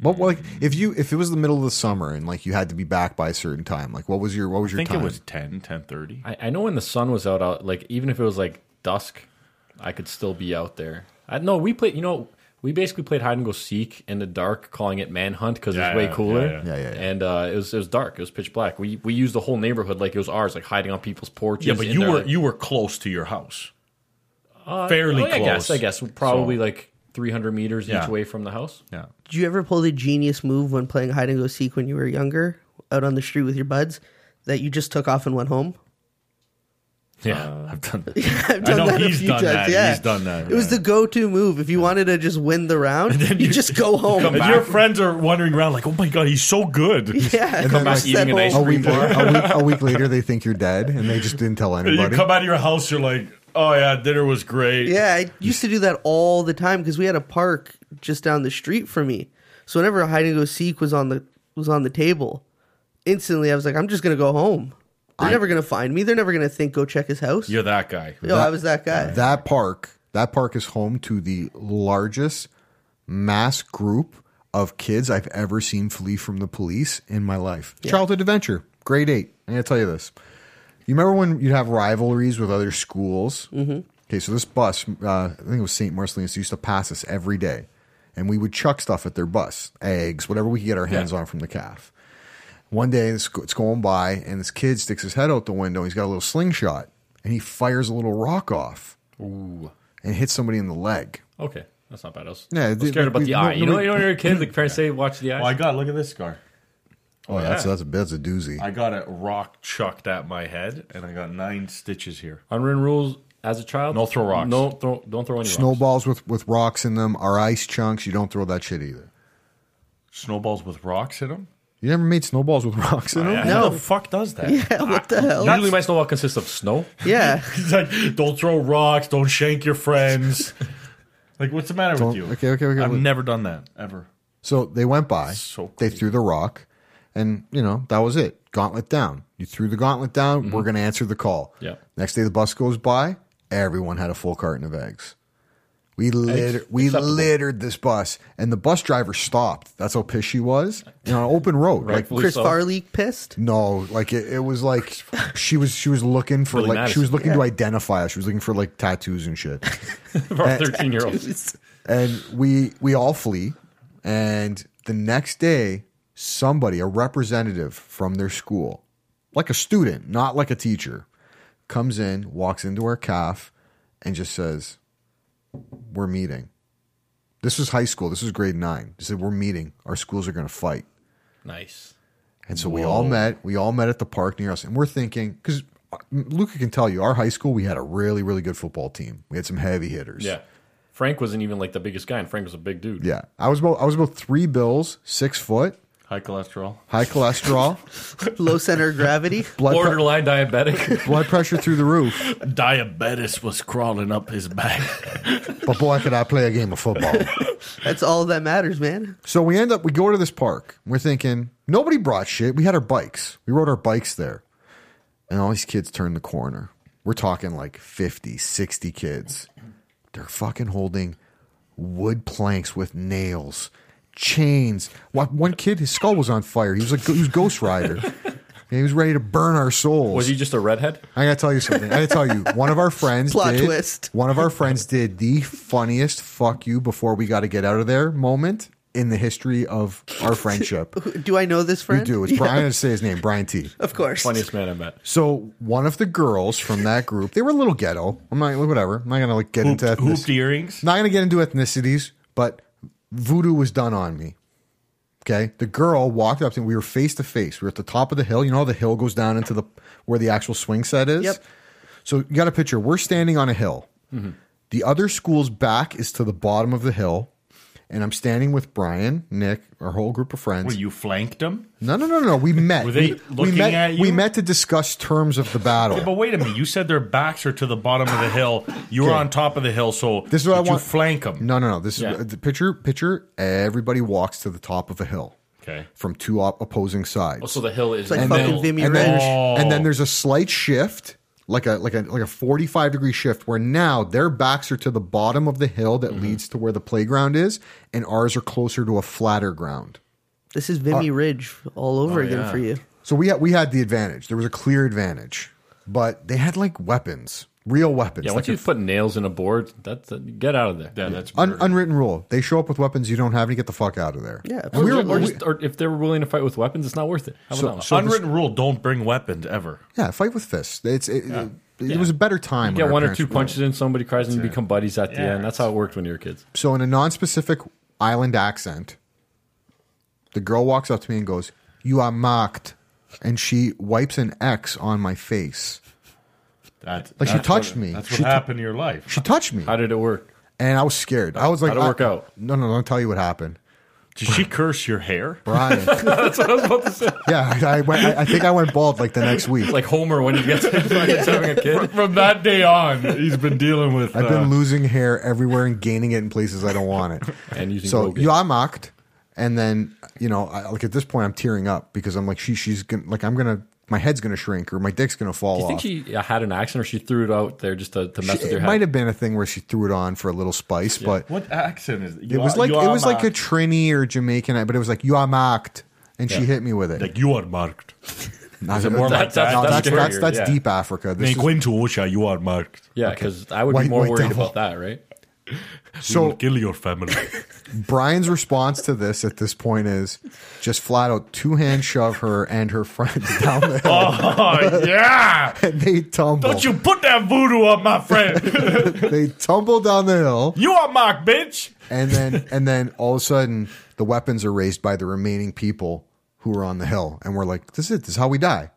Speaker 1: What like if you if it was the middle of the summer and like you had to be back by a certain time, like what was your what was
Speaker 4: I
Speaker 1: your
Speaker 4: think
Speaker 1: time?
Speaker 4: it was 10, 10.30.
Speaker 3: I, I know when the sun was out, out, like even if it was like dusk, I could still be out there. I, no, we played. You know, we basically played hide and go seek in the dark, calling it manhunt because
Speaker 4: Yeah,
Speaker 3: it's way
Speaker 4: yeah,
Speaker 3: cooler.
Speaker 4: yeah,
Speaker 1: yeah. Yeah, yeah, yeah.
Speaker 3: And uh, it was it was dark. It was pitch black. We we used the whole neighborhood like it was ours, like hiding on people's porches.
Speaker 4: Yeah, but
Speaker 3: in
Speaker 4: you
Speaker 3: their,
Speaker 4: were
Speaker 3: like-
Speaker 4: you were close to your house. Fairly
Speaker 3: Oh, yeah,
Speaker 4: close.
Speaker 3: I guess. I guess probably
Speaker 4: So-
Speaker 3: like 300 meters
Speaker 4: Yeah.
Speaker 3: each way from the house.
Speaker 4: Yeah.
Speaker 2: Did you ever pull the genius move when playing hide and go seek when you were younger, out on the street with your buds, that you just took off and went home?
Speaker 4: Yeah. I've done
Speaker 2: I've
Speaker 4: know he's done that. He's done that,
Speaker 2: It was
Speaker 4: yeah.
Speaker 2: the go-to move if you wanted to just win the round. you, just go home.
Speaker 4: And your friends are wandering around like, "Oh my god, he's so good."
Speaker 2: yeah,
Speaker 1: And
Speaker 2: just
Speaker 1: then, like,
Speaker 2: sat
Speaker 3: eating an ice
Speaker 1: a
Speaker 2: home.
Speaker 3: cream.
Speaker 1: week, later, a, week, a week later, they think you're dead, and they just didn't tell
Speaker 4: You
Speaker 1: anybody.
Speaker 4: come out of your house, you're like, "Oh yeah, dinner was great."
Speaker 2: Yeah, I used to do that all the time because we had a park just down the street from me. So whenever hide and go seek was on the was on the table, instantly I was like, I'm just gonna go home. They're never gonna find me. They're never gonna think go check his house.
Speaker 4: You're that guy.
Speaker 2: Yo, I was that guy.
Speaker 1: That park, that park is home to the largest mass group of kids I've ever seen flee from the police in my life. Childhood adventure, grade eight. I'm gonna tell you this. You remember when you'd have rivalries with other schools? Mm-hmm. Okay, so this bus, uh, I think it was St. Marcelinus, used to pass us every day, and we would chuck stuff at their bus, eggs, whatever we could get our hands on from the calf. One day, it's, go- it's going by, and this kid sticks his head out the window. He's got a little slingshot, and he fires a little rock off and hit somebody in the leg.
Speaker 3: Okay, that's not bad. I was,
Speaker 1: Yeah,
Speaker 3: I was
Speaker 1: the-
Speaker 3: scared about
Speaker 1: we-
Speaker 3: the
Speaker 1: no-
Speaker 3: eye. you, know,
Speaker 1: we-
Speaker 3: you know, when you're a kid, the parents say, watch the eye.
Speaker 4: Oh, I got. Look at this scar.
Speaker 1: Oh, that's that's a that's a doozy.
Speaker 4: I got a rock chucked at my head, and I got nine stitches here.
Speaker 3: Unwritten rules as a child.
Speaker 4: No throw rocks.
Speaker 3: No, throw, don't throw any rocks.
Speaker 1: Snowballs with with rocks in them are ice chunks. You don't throw that shit either.
Speaker 4: Snowballs with rocks in them.
Speaker 1: You never made snowballs with rocks in them?
Speaker 4: Yeah,
Speaker 2: No.
Speaker 4: Who the fuck does that?
Speaker 2: Yeah, what the hell?
Speaker 3: Usually my snowball consists of snow.
Speaker 2: yeah.
Speaker 4: He's like, don't throw rocks, don't shank your friends. like, what's the matter
Speaker 1: Don't-
Speaker 4: with you?
Speaker 1: okay, okay, okay,
Speaker 4: I've
Speaker 1: wait.
Speaker 4: never done that ever.
Speaker 1: So they went by.
Speaker 4: So
Speaker 1: they threw the rock, and you know that was it. Gauntlet down. You threw the gauntlet down. We're going to answer the call.
Speaker 3: Yeah.
Speaker 1: Next day, the bus goes by. Everyone had a full carton of eggs. We littered, we
Speaker 3: acceptable.
Speaker 1: littered this bus, and the bus driver stopped. That's how pissed she was. And on an open road, like
Speaker 3: Rightfully
Speaker 2: Chris
Speaker 3: so.
Speaker 2: Farley pissed.
Speaker 1: no, like it, it was like she was she was looking for
Speaker 3: Willie
Speaker 1: like she
Speaker 3: Madison.
Speaker 1: was looking to identify us. She was looking for like tattoos and shit.
Speaker 3: For our 13 year olds.
Speaker 1: and we we all flee and the next day somebody a representative from their school like a student not like a teacher comes in walks into our calf and just says we're meeting this was high school this was grade 9 they said we're meeting our schools are going to fight
Speaker 3: Nice.
Speaker 1: and so we all met. We all met at the park near us, and we're thinking because Luca can tell you, our high school we had a really, really good football team. We had some heavy hitters.
Speaker 3: Yeah. Frank wasn't even like the biggest guy, and Frank was a big dude.
Speaker 1: yeah. I was about I was about three bills, six foot,
Speaker 4: High cholesterol.
Speaker 1: high cholesterol,
Speaker 2: Low center of gravity.
Speaker 1: blood pre-
Speaker 3: Borderline diabetic.
Speaker 1: blood pressure through the roof.
Speaker 4: Diabetes was crawling up his back.
Speaker 1: But boy, could I play a game of football.
Speaker 2: That's all that matters, man.
Speaker 1: So we end up, we go to this park. We're thinking, nobody brought shit. We had our bikes. We rode our bikes there. And all these kids turn the corner. We're talking like 50, 60 kids. They're fucking holding wood planks with nails, chains. One- One kid, his skull was on fire. He was like, he was Ghost Rider. He was ready to burn our souls.
Speaker 3: was he just a redhead?
Speaker 1: I gotta tell you something. I gotta tell you, one of our friends
Speaker 2: Plot
Speaker 1: did,
Speaker 2: twist.
Speaker 1: One of our friends did the funniest "fuck you" before we got to get out of there moment in the history of our friendship.
Speaker 2: Do I know this
Speaker 1: you
Speaker 2: friend?
Speaker 1: do. It's
Speaker 2: Yeah,
Speaker 1: Brian. I'm gonna say his name, Brian T.
Speaker 2: Of course.
Speaker 3: Funniest man I met.
Speaker 1: So one of the girls from that group, they were a little ghetto. I'm not whatever. I'm not gonna like get
Speaker 4: Hooped,
Speaker 1: into
Speaker 4: hooped
Speaker 1: ethnicity.
Speaker 4: earrings.
Speaker 1: Not gonna get into ethnicities, but voodoo was done on me. Okay, the girl walked up to me. We were face to face. We were at the top of the hill. You know how the hill goes down into the where the actual swing set is.
Speaker 2: Yep.
Speaker 1: So you got a picture. We're standing on a hill. The other school's back is to the bottom of the hill, and I'm standing with Brian, Nick, our whole group of friends.
Speaker 4: Well, you flanked him.
Speaker 1: no, no, no, no. We met.
Speaker 4: Were
Speaker 1: we,
Speaker 4: they
Speaker 1: we
Speaker 4: looking
Speaker 1: met,
Speaker 4: at you?
Speaker 1: We met to discuss terms of the battle.
Speaker 4: But wait a minute. You said their backs are to the bottom of the hill. You were
Speaker 1: Okay.
Speaker 4: on top of the hill, so
Speaker 1: This is what I
Speaker 4: did
Speaker 1: want-
Speaker 4: You flank them.
Speaker 1: no, no, no. This
Speaker 3: Yeah.
Speaker 1: is the picture. Picture. Everybody walks to the top of a hill.
Speaker 4: Okay.
Speaker 1: From two op- opposing sides.
Speaker 3: Also, the hill is
Speaker 2: like
Speaker 3: in the
Speaker 2: fucking
Speaker 3: middle.
Speaker 2: Vimy
Speaker 1: and
Speaker 2: Red.
Speaker 1: then,
Speaker 4: Oh.
Speaker 1: and then there's a slight shift like a like a like a 45 degree shift where now their backs are to the bottom of the hill that
Speaker 3: Mm-hmm.
Speaker 1: leads to where the playground is and ours are closer to a flatter ground
Speaker 2: This is Vimy Ridge all over
Speaker 1: Oh,
Speaker 2: again for you.
Speaker 1: so we had we had the advantage there was a clear advantage but they had like weapons real weapons
Speaker 3: Yeah,
Speaker 1: like
Speaker 3: once you put nails in a board, that's uh, get out of there.
Speaker 4: Yeah, that's
Speaker 1: un-
Speaker 4: murder.
Speaker 1: unwritten rule they show up with weapons you don't have and you get the fuck out of there
Speaker 2: Yeah,
Speaker 1: and we were,
Speaker 3: or,
Speaker 1: we-
Speaker 3: just, or if they were willing to fight with weapons, it's not worth it. How about
Speaker 1: So-
Speaker 3: that one?
Speaker 1: so-
Speaker 4: unwritten rule: don't bring weapons ever.
Speaker 1: yeah fight with fists it's it, it, it was a better time when
Speaker 3: You get
Speaker 1: our
Speaker 3: one or
Speaker 1: parents
Speaker 3: two
Speaker 1: were-
Speaker 3: punches in, somebody cries, and you become buddies at the
Speaker 4: Yeah.
Speaker 3: end. That's how it worked when you were kids.
Speaker 1: So in a non-specific island accent, the girl walks up to me and goes, "You are marked," and she wipes an X on my face.
Speaker 4: That's,
Speaker 1: Like, she
Speaker 4: that's
Speaker 1: touched
Speaker 4: what-
Speaker 1: me.
Speaker 4: That's
Speaker 1: She
Speaker 4: what
Speaker 1: tou-
Speaker 4: happened in your life.
Speaker 1: She touched me,
Speaker 3: How did it work?
Speaker 1: and I was scared. I was like,
Speaker 3: How'd it work
Speaker 1: I-
Speaker 3: out?
Speaker 1: No, no, don't tell you what happened,
Speaker 4: Did she curse your hair?
Speaker 1: Brian.
Speaker 3: That's what I was about to say.
Speaker 1: yeah, I, went, I, I think I went bald like the next week.
Speaker 3: Like Homer when he gets having a kid.
Speaker 4: From that day on, he's been dealing with.
Speaker 1: I've been
Speaker 4: uh,
Speaker 1: losing hair everywhere and gaining it in places I don't want it.
Speaker 3: And using
Speaker 1: so
Speaker 3: Colgate.
Speaker 1: you are mocked, and then you know, I, like at this point, I'm tearing up because I'm like, she, she's gonna, like, I'm gonna, my head's gonna shrink or my dick's gonna fall
Speaker 3: Do you
Speaker 1: off.
Speaker 3: think she uh, had an accent or she threw it out there just to, to mess
Speaker 1: She-
Speaker 3: with your
Speaker 1: it
Speaker 3: head?
Speaker 1: might have been a thing where she threw it on for a little spice, but
Speaker 4: what accent is
Speaker 1: it was like it was like a Trini or Jamaican, but it was like you are marked, and she hit me with it.
Speaker 4: like you are marked.
Speaker 1: No,
Speaker 4: it more like that?
Speaker 1: no, that's that's,
Speaker 3: That's scarier,
Speaker 1: that's
Speaker 3: yeah.
Speaker 1: deep Africa. This
Speaker 4: They
Speaker 1: is-
Speaker 4: go into Osha, you are marked.
Speaker 3: yeah, because I would
Speaker 1: White-
Speaker 3: be more
Speaker 1: white
Speaker 3: worried
Speaker 1: devil.
Speaker 3: about that, right?
Speaker 1: so
Speaker 4: kill your family.
Speaker 1: Brian's response to this at this point is just flat out two hand shove her and her friends down the hill,
Speaker 4: oh yeah!
Speaker 1: and they tumble.
Speaker 4: Don't you put that voodoo on my friend?
Speaker 1: They tumble down the hill,
Speaker 4: you are marked, bitch.
Speaker 1: and then and then all of a sudden the weapons are raised by the remaining people who are on the hill, and we're like, "This is it. This is how we die."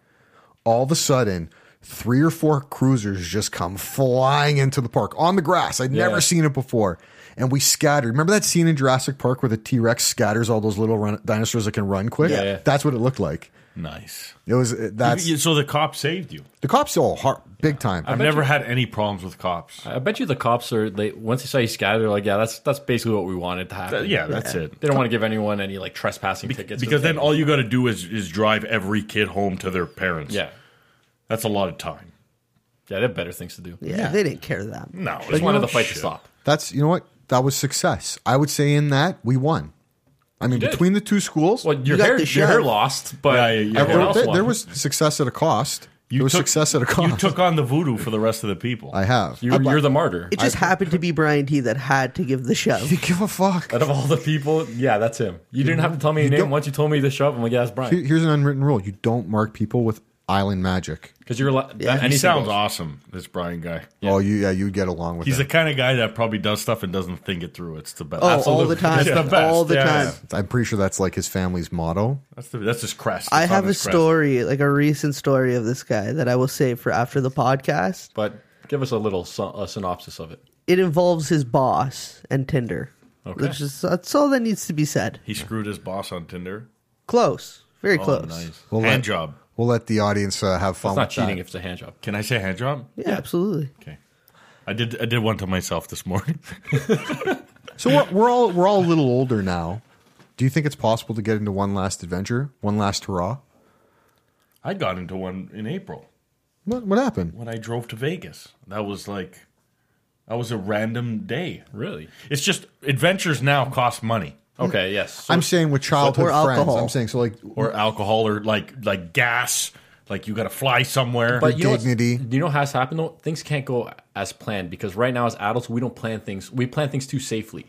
Speaker 1: All of a sudden, three or four cruisers just come flying into the park on the grass. I'd
Speaker 3: Yeah.
Speaker 1: never seen it before. And we scattered. Remember that scene in Jurassic Park where the T Rex scatters all those little run- dinosaurs that can run quick?
Speaker 3: Yeah, yeah.
Speaker 1: That's what it looked like.
Speaker 4: Nice.
Speaker 1: It was that's
Speaker 4: so the cops saved you.
Speaker 1: the cops all hard, big time.
Speaker 4: I've never had any problems with cops.
Speaker 3: I bet you the cops are they once they saw you scatter, they're like, yeah, that's that's basically what we wanted to happen.
Speaker 4: Th- yeah, that's it.
Speaker 3: They don't want to give anyone any like trespassing tickets or
Speaker 4: Because then
Speaker 3: things.
Speaker 4: all you got to do is is drive every kid home to their parents.
Speaker 3: yeah,
Speaker 4: that's a lot of time.
Speaker 3: yeah, they have better things to do.
Speaker 2: Yeah, they didn't care that. much.
Speaker 4: No,
Speaker 3: They
Speaker 4: it's
Speaker 3: just wanted
Speaker 4: no
Speaker 3: the fight
Speaker 4: shit.
Speaker 3: to stop.
Speaker 1: That's you know what that was success. I would say in that we won. I mean
Speaker 3: did.
Speaker 1: between the two schools,
Speaker 3: Well, your
Speaker 2: got
Speaker 3: hair,
Speaker 2: the
Speaker 3: your hair
Speaker 2: shove.
Speaker 3: lost, but
Speaker 4: Yeah, yeah, yeah.
Speaker 3: everyone
Speaker 1: there,
Speaker 3: else
Speaker 1: there-
Speaker 3: won.
Speaker 1: there was success at a cost. there was success at a cost.
Speaker 4: You took on the voodoo for the rest of the people.
Speaker 1: I have.
Speaker 3: you're, you're the martyr
Speaker 2: It just happened to be Brian T that had to give the shove.
Speaker 1: You give a fuck.
Speaker 3: out of all the people. Yeah, that's him. You didn't have to tell me your
Speaker 1: don't-
Speaker 3: name once you told me to shove. I'm like, yeah, that's Brian.
Speaker 1: Here- Here's an unwritten rule: you don't mark people with island magic.
Speaker 3: Because you're like,
Speaker 2: Yeah.
Speaker 3: yeah,
Speaker 4: And he sounds awesome, this Brian guy.
Speaker 1: Oh, you yeah, you'd get along with.
Speaker 4: He's the
Speaker 1: it.
Speaker 4: kind of guy that probably does stuff and doesn't think it through. It's the best.
Speaker 2: Oh, all the time.
Speaker 4: It's the best.
Speaker 2: All the
Speaker 4: Yeah,
Speaker 2: time.
Speaker 4: yeah.
Speaker 1: I'm pretty sure that's like his family's motto.
Speaker 4: That's, the, that's his crest.
Speaker 2: I
Speaker 4: It's on
Speaker 2: have a
Speaker 4: his crest.
Speaker 2: story, like a recent story of this guy that I will save for after the podcast.
Speaker 3: But give us a little syn- a synopsis of it.
Speaker 2: It involves his boss and Tinder.
Speaker 3: Okay.
Speaker 2: Which is, that's all that needs to be said.
Speaker 4: He screwed his boss on Tinder.
Speaker 2: Close. Very close.
Speaker 4: Oh, nice.
Speaker 1: Well,
Speaker 4: hand
Speaker 1: that-
Speaker 4: job.
Speaker 1: We'll let the audience uh, have fun.
Speaker 3: It's not
Speaker 1: with
Speaker 3: cheating
Speaker 1: that.
Speaker 3: if it's a hand job.
Speaker 4: Can I say hand job?
Speaker 2: Yeah, absolutely.
Speaker 4: Okay. I did. I did one to myself this morning.
Speaker 1: So we're, we're all we're all a little older now. Do you think it's possible to get into one last adventure, one last hurrah?
Speaker 4: I got into one in April
Speaker 1: What, what happened?
Speaker 4: when I drove to Vegas. That was like, that was a random day.
Speaker 3: Really?
Speaker 4: It's just adventures now cost money
Speaker 3: Okay. Yes. So
Speaker 1: I'm saying with childhood
Speaker 2: Or
Speaker 1: friends.
Speaker 2: alcohol.
Speaker 1: I'm saying so like
Speaker 4: or alcohol or like like gas. Like you got to fly somewhere.
Speaker 3: But you know what's-
Speaker 1: dignity.
Speaker 3: you know what has happened though? Things can't go as planned because right now as adults we don't plan things. We plan things too safely.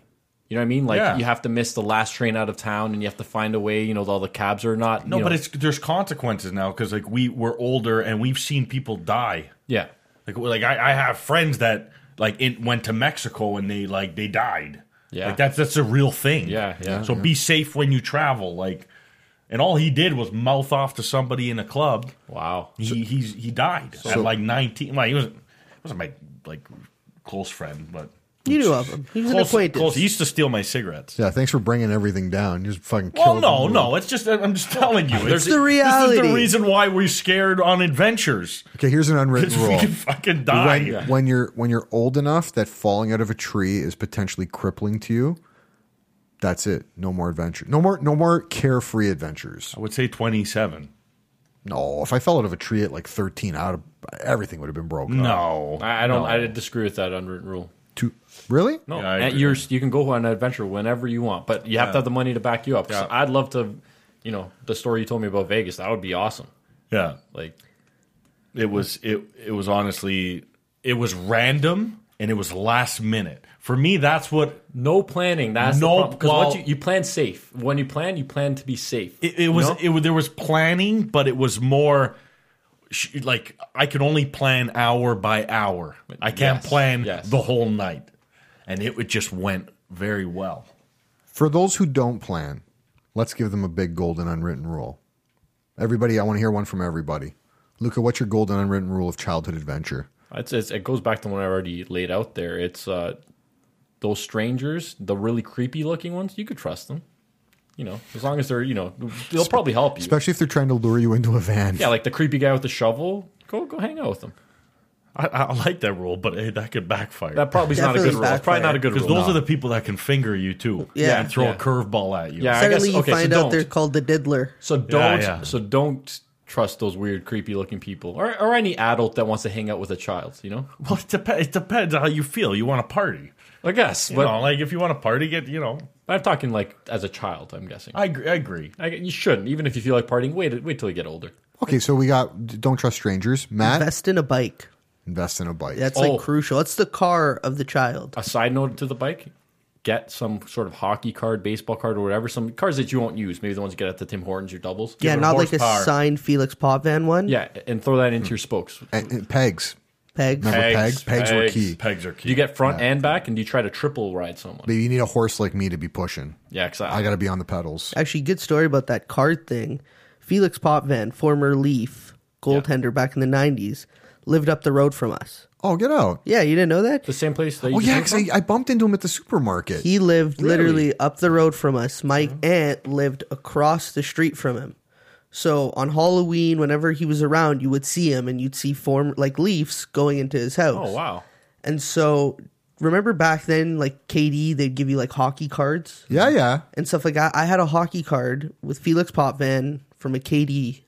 Speaker 3: You know what I mean? Like
Speaker 4: Yeah.
Speaker 3: you have to miss the last train out of town and you have to find a way. You know, all the cabs are not.
Speaker 4: no,
Speaker 3: you
Speaker 4: but
Speaker 3: know-
Speaker 4: it's there's consequences now because like we we're older and we've seen people die.
Speaker 3: yeah.
Speaker 4: Like like I, I have friends that like it went to Mexico and they like they died.
Speaker 3: Yeah.
Speaker 4: Like that's that's a real thing.
Speaker 3: Yeah, yeah.
Speaker 4: So be safe when you travel. Like and all he did was mouth off to somebody in a club.
Speaker 3: Wow.
Speaker 4: He he's he died at like nineteen like he wasn't he wasn't my like close friend, but
Speaker 2: You knew of him. He was an
Speaker 4: close,
Speaker 2: acquaintance.
Speaker 4: close. He used to steal my cigarettes.
Speaker 1: yeah, thanks for bringing everything down. You just fucking
Speaker 4: Well,
Speaker 1: killed
Speaker 4: no,
Speaker 1: them.
Speaker 4: no. It's just I'm just telling you. It's
Speaker 2: the reality.
Speaker 4: This is the reason why we're scared on adventures.
Speaker 1: Okay, here's an unwritten
Speaker 4: Because we
Speaker 1: rule.
Speaker 4: can fucking die.
Speaker 1: When, when you're when you're old enough that falling out of a tree is potentially crippling to you, that's it. No more adventure. No more no more carefree adventures.
Speaker 4: I would say 27.
Speaker 1: No, if I fell out of a tree at like 13, out of everything would have been broken. up.
Speaker 4: No.
Speaker 3: I, I don't. I disagree with that unwritten rule.
Speaker 1: Two- really?
Speaker 3: No,
Speaker 4: Yeah, I
Speaker 3: and
Speaker 4: agree.
Speaker 3: you're, you can go on an adventure whenever you want, but you have to have the money to back you up. So I'd love to, you know, the story you told me about Vegas. That would be awesome.
Speaker 4: Yeah.
Speaker 3: Like,
Speaker 4: it was it it was honestly it was random and it was last minute for me that's what
Speaker 3: No planning. That's
Speaker 4: No
Speaker 3: no problem. Because
Speaker 4: pl-
Speaker 3: once you, you plan safe. When you plan, you plan to be safe.
Speaker 4: it, it was it was there was planning but it was more sh- like i could only plan hour by hour i can't
Speaker 3: Yes,
Speaker 4: plan
Speaker 3: yes.
Speaker 4: the whole night and it would just went very well
Speaker 1: For those who don't plan, let's give them a big golden unwritten rule. Everybody, I want to hear one from everybody. Luca, what's your golden unwritten rule of childhood adventure?
Speaker 3: It's, it's, it goes back to what I already laid out there. It's uh, those strangers, the really creepy looking ones. You could trust them. You know, as long as they're you know, they'll probably help you.
Speaker 1: Especially if they're trying to lure you into a van.
Speaker 3: yeah, like the creepy guy with the shovel. Go go hang out with them.
Speaker 4: i, I like that rule but eh, that could backfire
Speaker 3: That probably is not a good
Speaker 2: Definitely
Speaker 3: rule. It's probably
Speaker 2: backfire.
Speaker 3: not a good
Speaker 4: because
Speaker 3: rule.
Speaker 4: those are the people that can finger you too
Speaker 2: Yeah.
Speaker 4: and throw
Speaker 3: Yeah.
Speaker 4: a curveball at you
Speaker 3: Yeah. I guess-
Speaker 2: Suddenly
Speaker 3: okay,
Speaker 2: you
Speaker 3: so
Speaker 2: find out
Speaker 3: don't.
Speaker 2: they're called the Diddler.
Speaker 3: So don't
Speaker 4: yeah.
Speaker 3: so don't trust those weird creepy looking people or or any adult that wants to hang out with a child. You know,
Speaker 4: well it, dep- it depends on how you feel you want to party
Speaker 3: I guess.
Speaker 4: you
Speaker 3: but
Speaker 4: know like if you want to party get you know
Speaker 3: I'm talking like as a child. I'm guessing.
Speaker 4: i agree, I agree.
Speaker 3: I, you shouldn't, even if you feel like partying. Wait, wait till you get older.
Speaker 1: Okay, so we got don't trust strangers. Matt,
Speaker 2: Invest
Speaker 1: invest,
Speaker 2: in a bike.
Speaker 1: in a bike.
Speaker 2: That's
Speaker 3: Oh.
Speaker 2: like crucial. It's the car of the child.
Speaker 3: A side note to the bike: get some sort of hockey card, baseball card, or whatever. Some cards that you won't use. Maybe the ones you get at the Tim Hortons, your doubles.
Speaker 2: yeah,
Speaker 4: it
Speaker 2: not like a
Speaker 4: horsepower.
Speaker 2: signed Felix Potvin one.
Speaker 3: yeah, and throw that into your
Speaker 4: Hmm.
Speaker 3: spokes.
Speaker 1: And, and pegs.
Speaker 2: Pegs.
Speaker 1: Remember pegs?
Speaker 3: Pegs,
Speaker 1: Pegs, were
Speaker 3: pegs,
Speaker 1: key.
Speaker 4: Pegs are
Speaker 3: Do
Speaker 4: key.
Speaker 3: you get front and back, and do you try to triple ride someone?
Speaker 1: But you need a horse like me to be pushing.
Speaker 3: Yeah, exactly.
Speaker 1: I got to be on the pedals.
Speaker 2: Actually, good story about that card thing. Felix Potvin, former Leaf goaltender back in the 90s, lived up the road from us.
Speaker 1: Oh, get out.
Speaker 2: Yeah, you didn't know that?
Speaker 3: The same place that you
Speaker 1: Oh, yeah,
Speaker 3: came
Speaker 1: because
Speaker 3: from?
Speaker 1: I, I bumped into him at the supermarket.
Speaker 2: He lived literally up the road from us. My aunt lived across the street from him. So on Halloween, whenever he was around, you would see him and you'd see form like Leafs going into his house.
Speaker 3: Oh wow.
Speaker 2: And so remember back then, like KD, they'd give you like hockey cards
Speaker 1: yeah, yeah.
Speaker 2: and stuff like that. I had a hockey card with Felix Popvan from a KD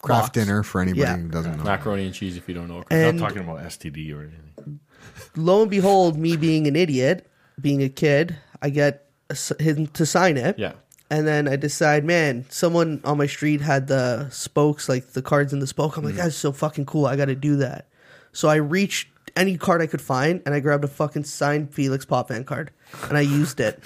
Speaker 1: Craft
Speaker 2: box.
Speaker 1: dinner for anybody
Speaker 2: Yeah.
Speaker 1: who doesn't know.
Speaker 3: Macaroni and cheese if you don't know.
Speaker 1: Eh.
Speaker 4: Not
Speaker 2: And
Speaker 4: talking about STD or anything.
Speaker 2: lo and behold, me being an idiot, being a kid, I get a s- him to sign it.
Speaker 3: Yeah.
Speaker 2: And then I decide, man, someone on my street had the spokes, like the cards in the spoke.
Speaker 4: Mm.
Speaker 2: I'm like, that's so fucking cool. I got to do that. So I reached any card I could find and I grabbed a fucking signed Felix Popvan card and I used it.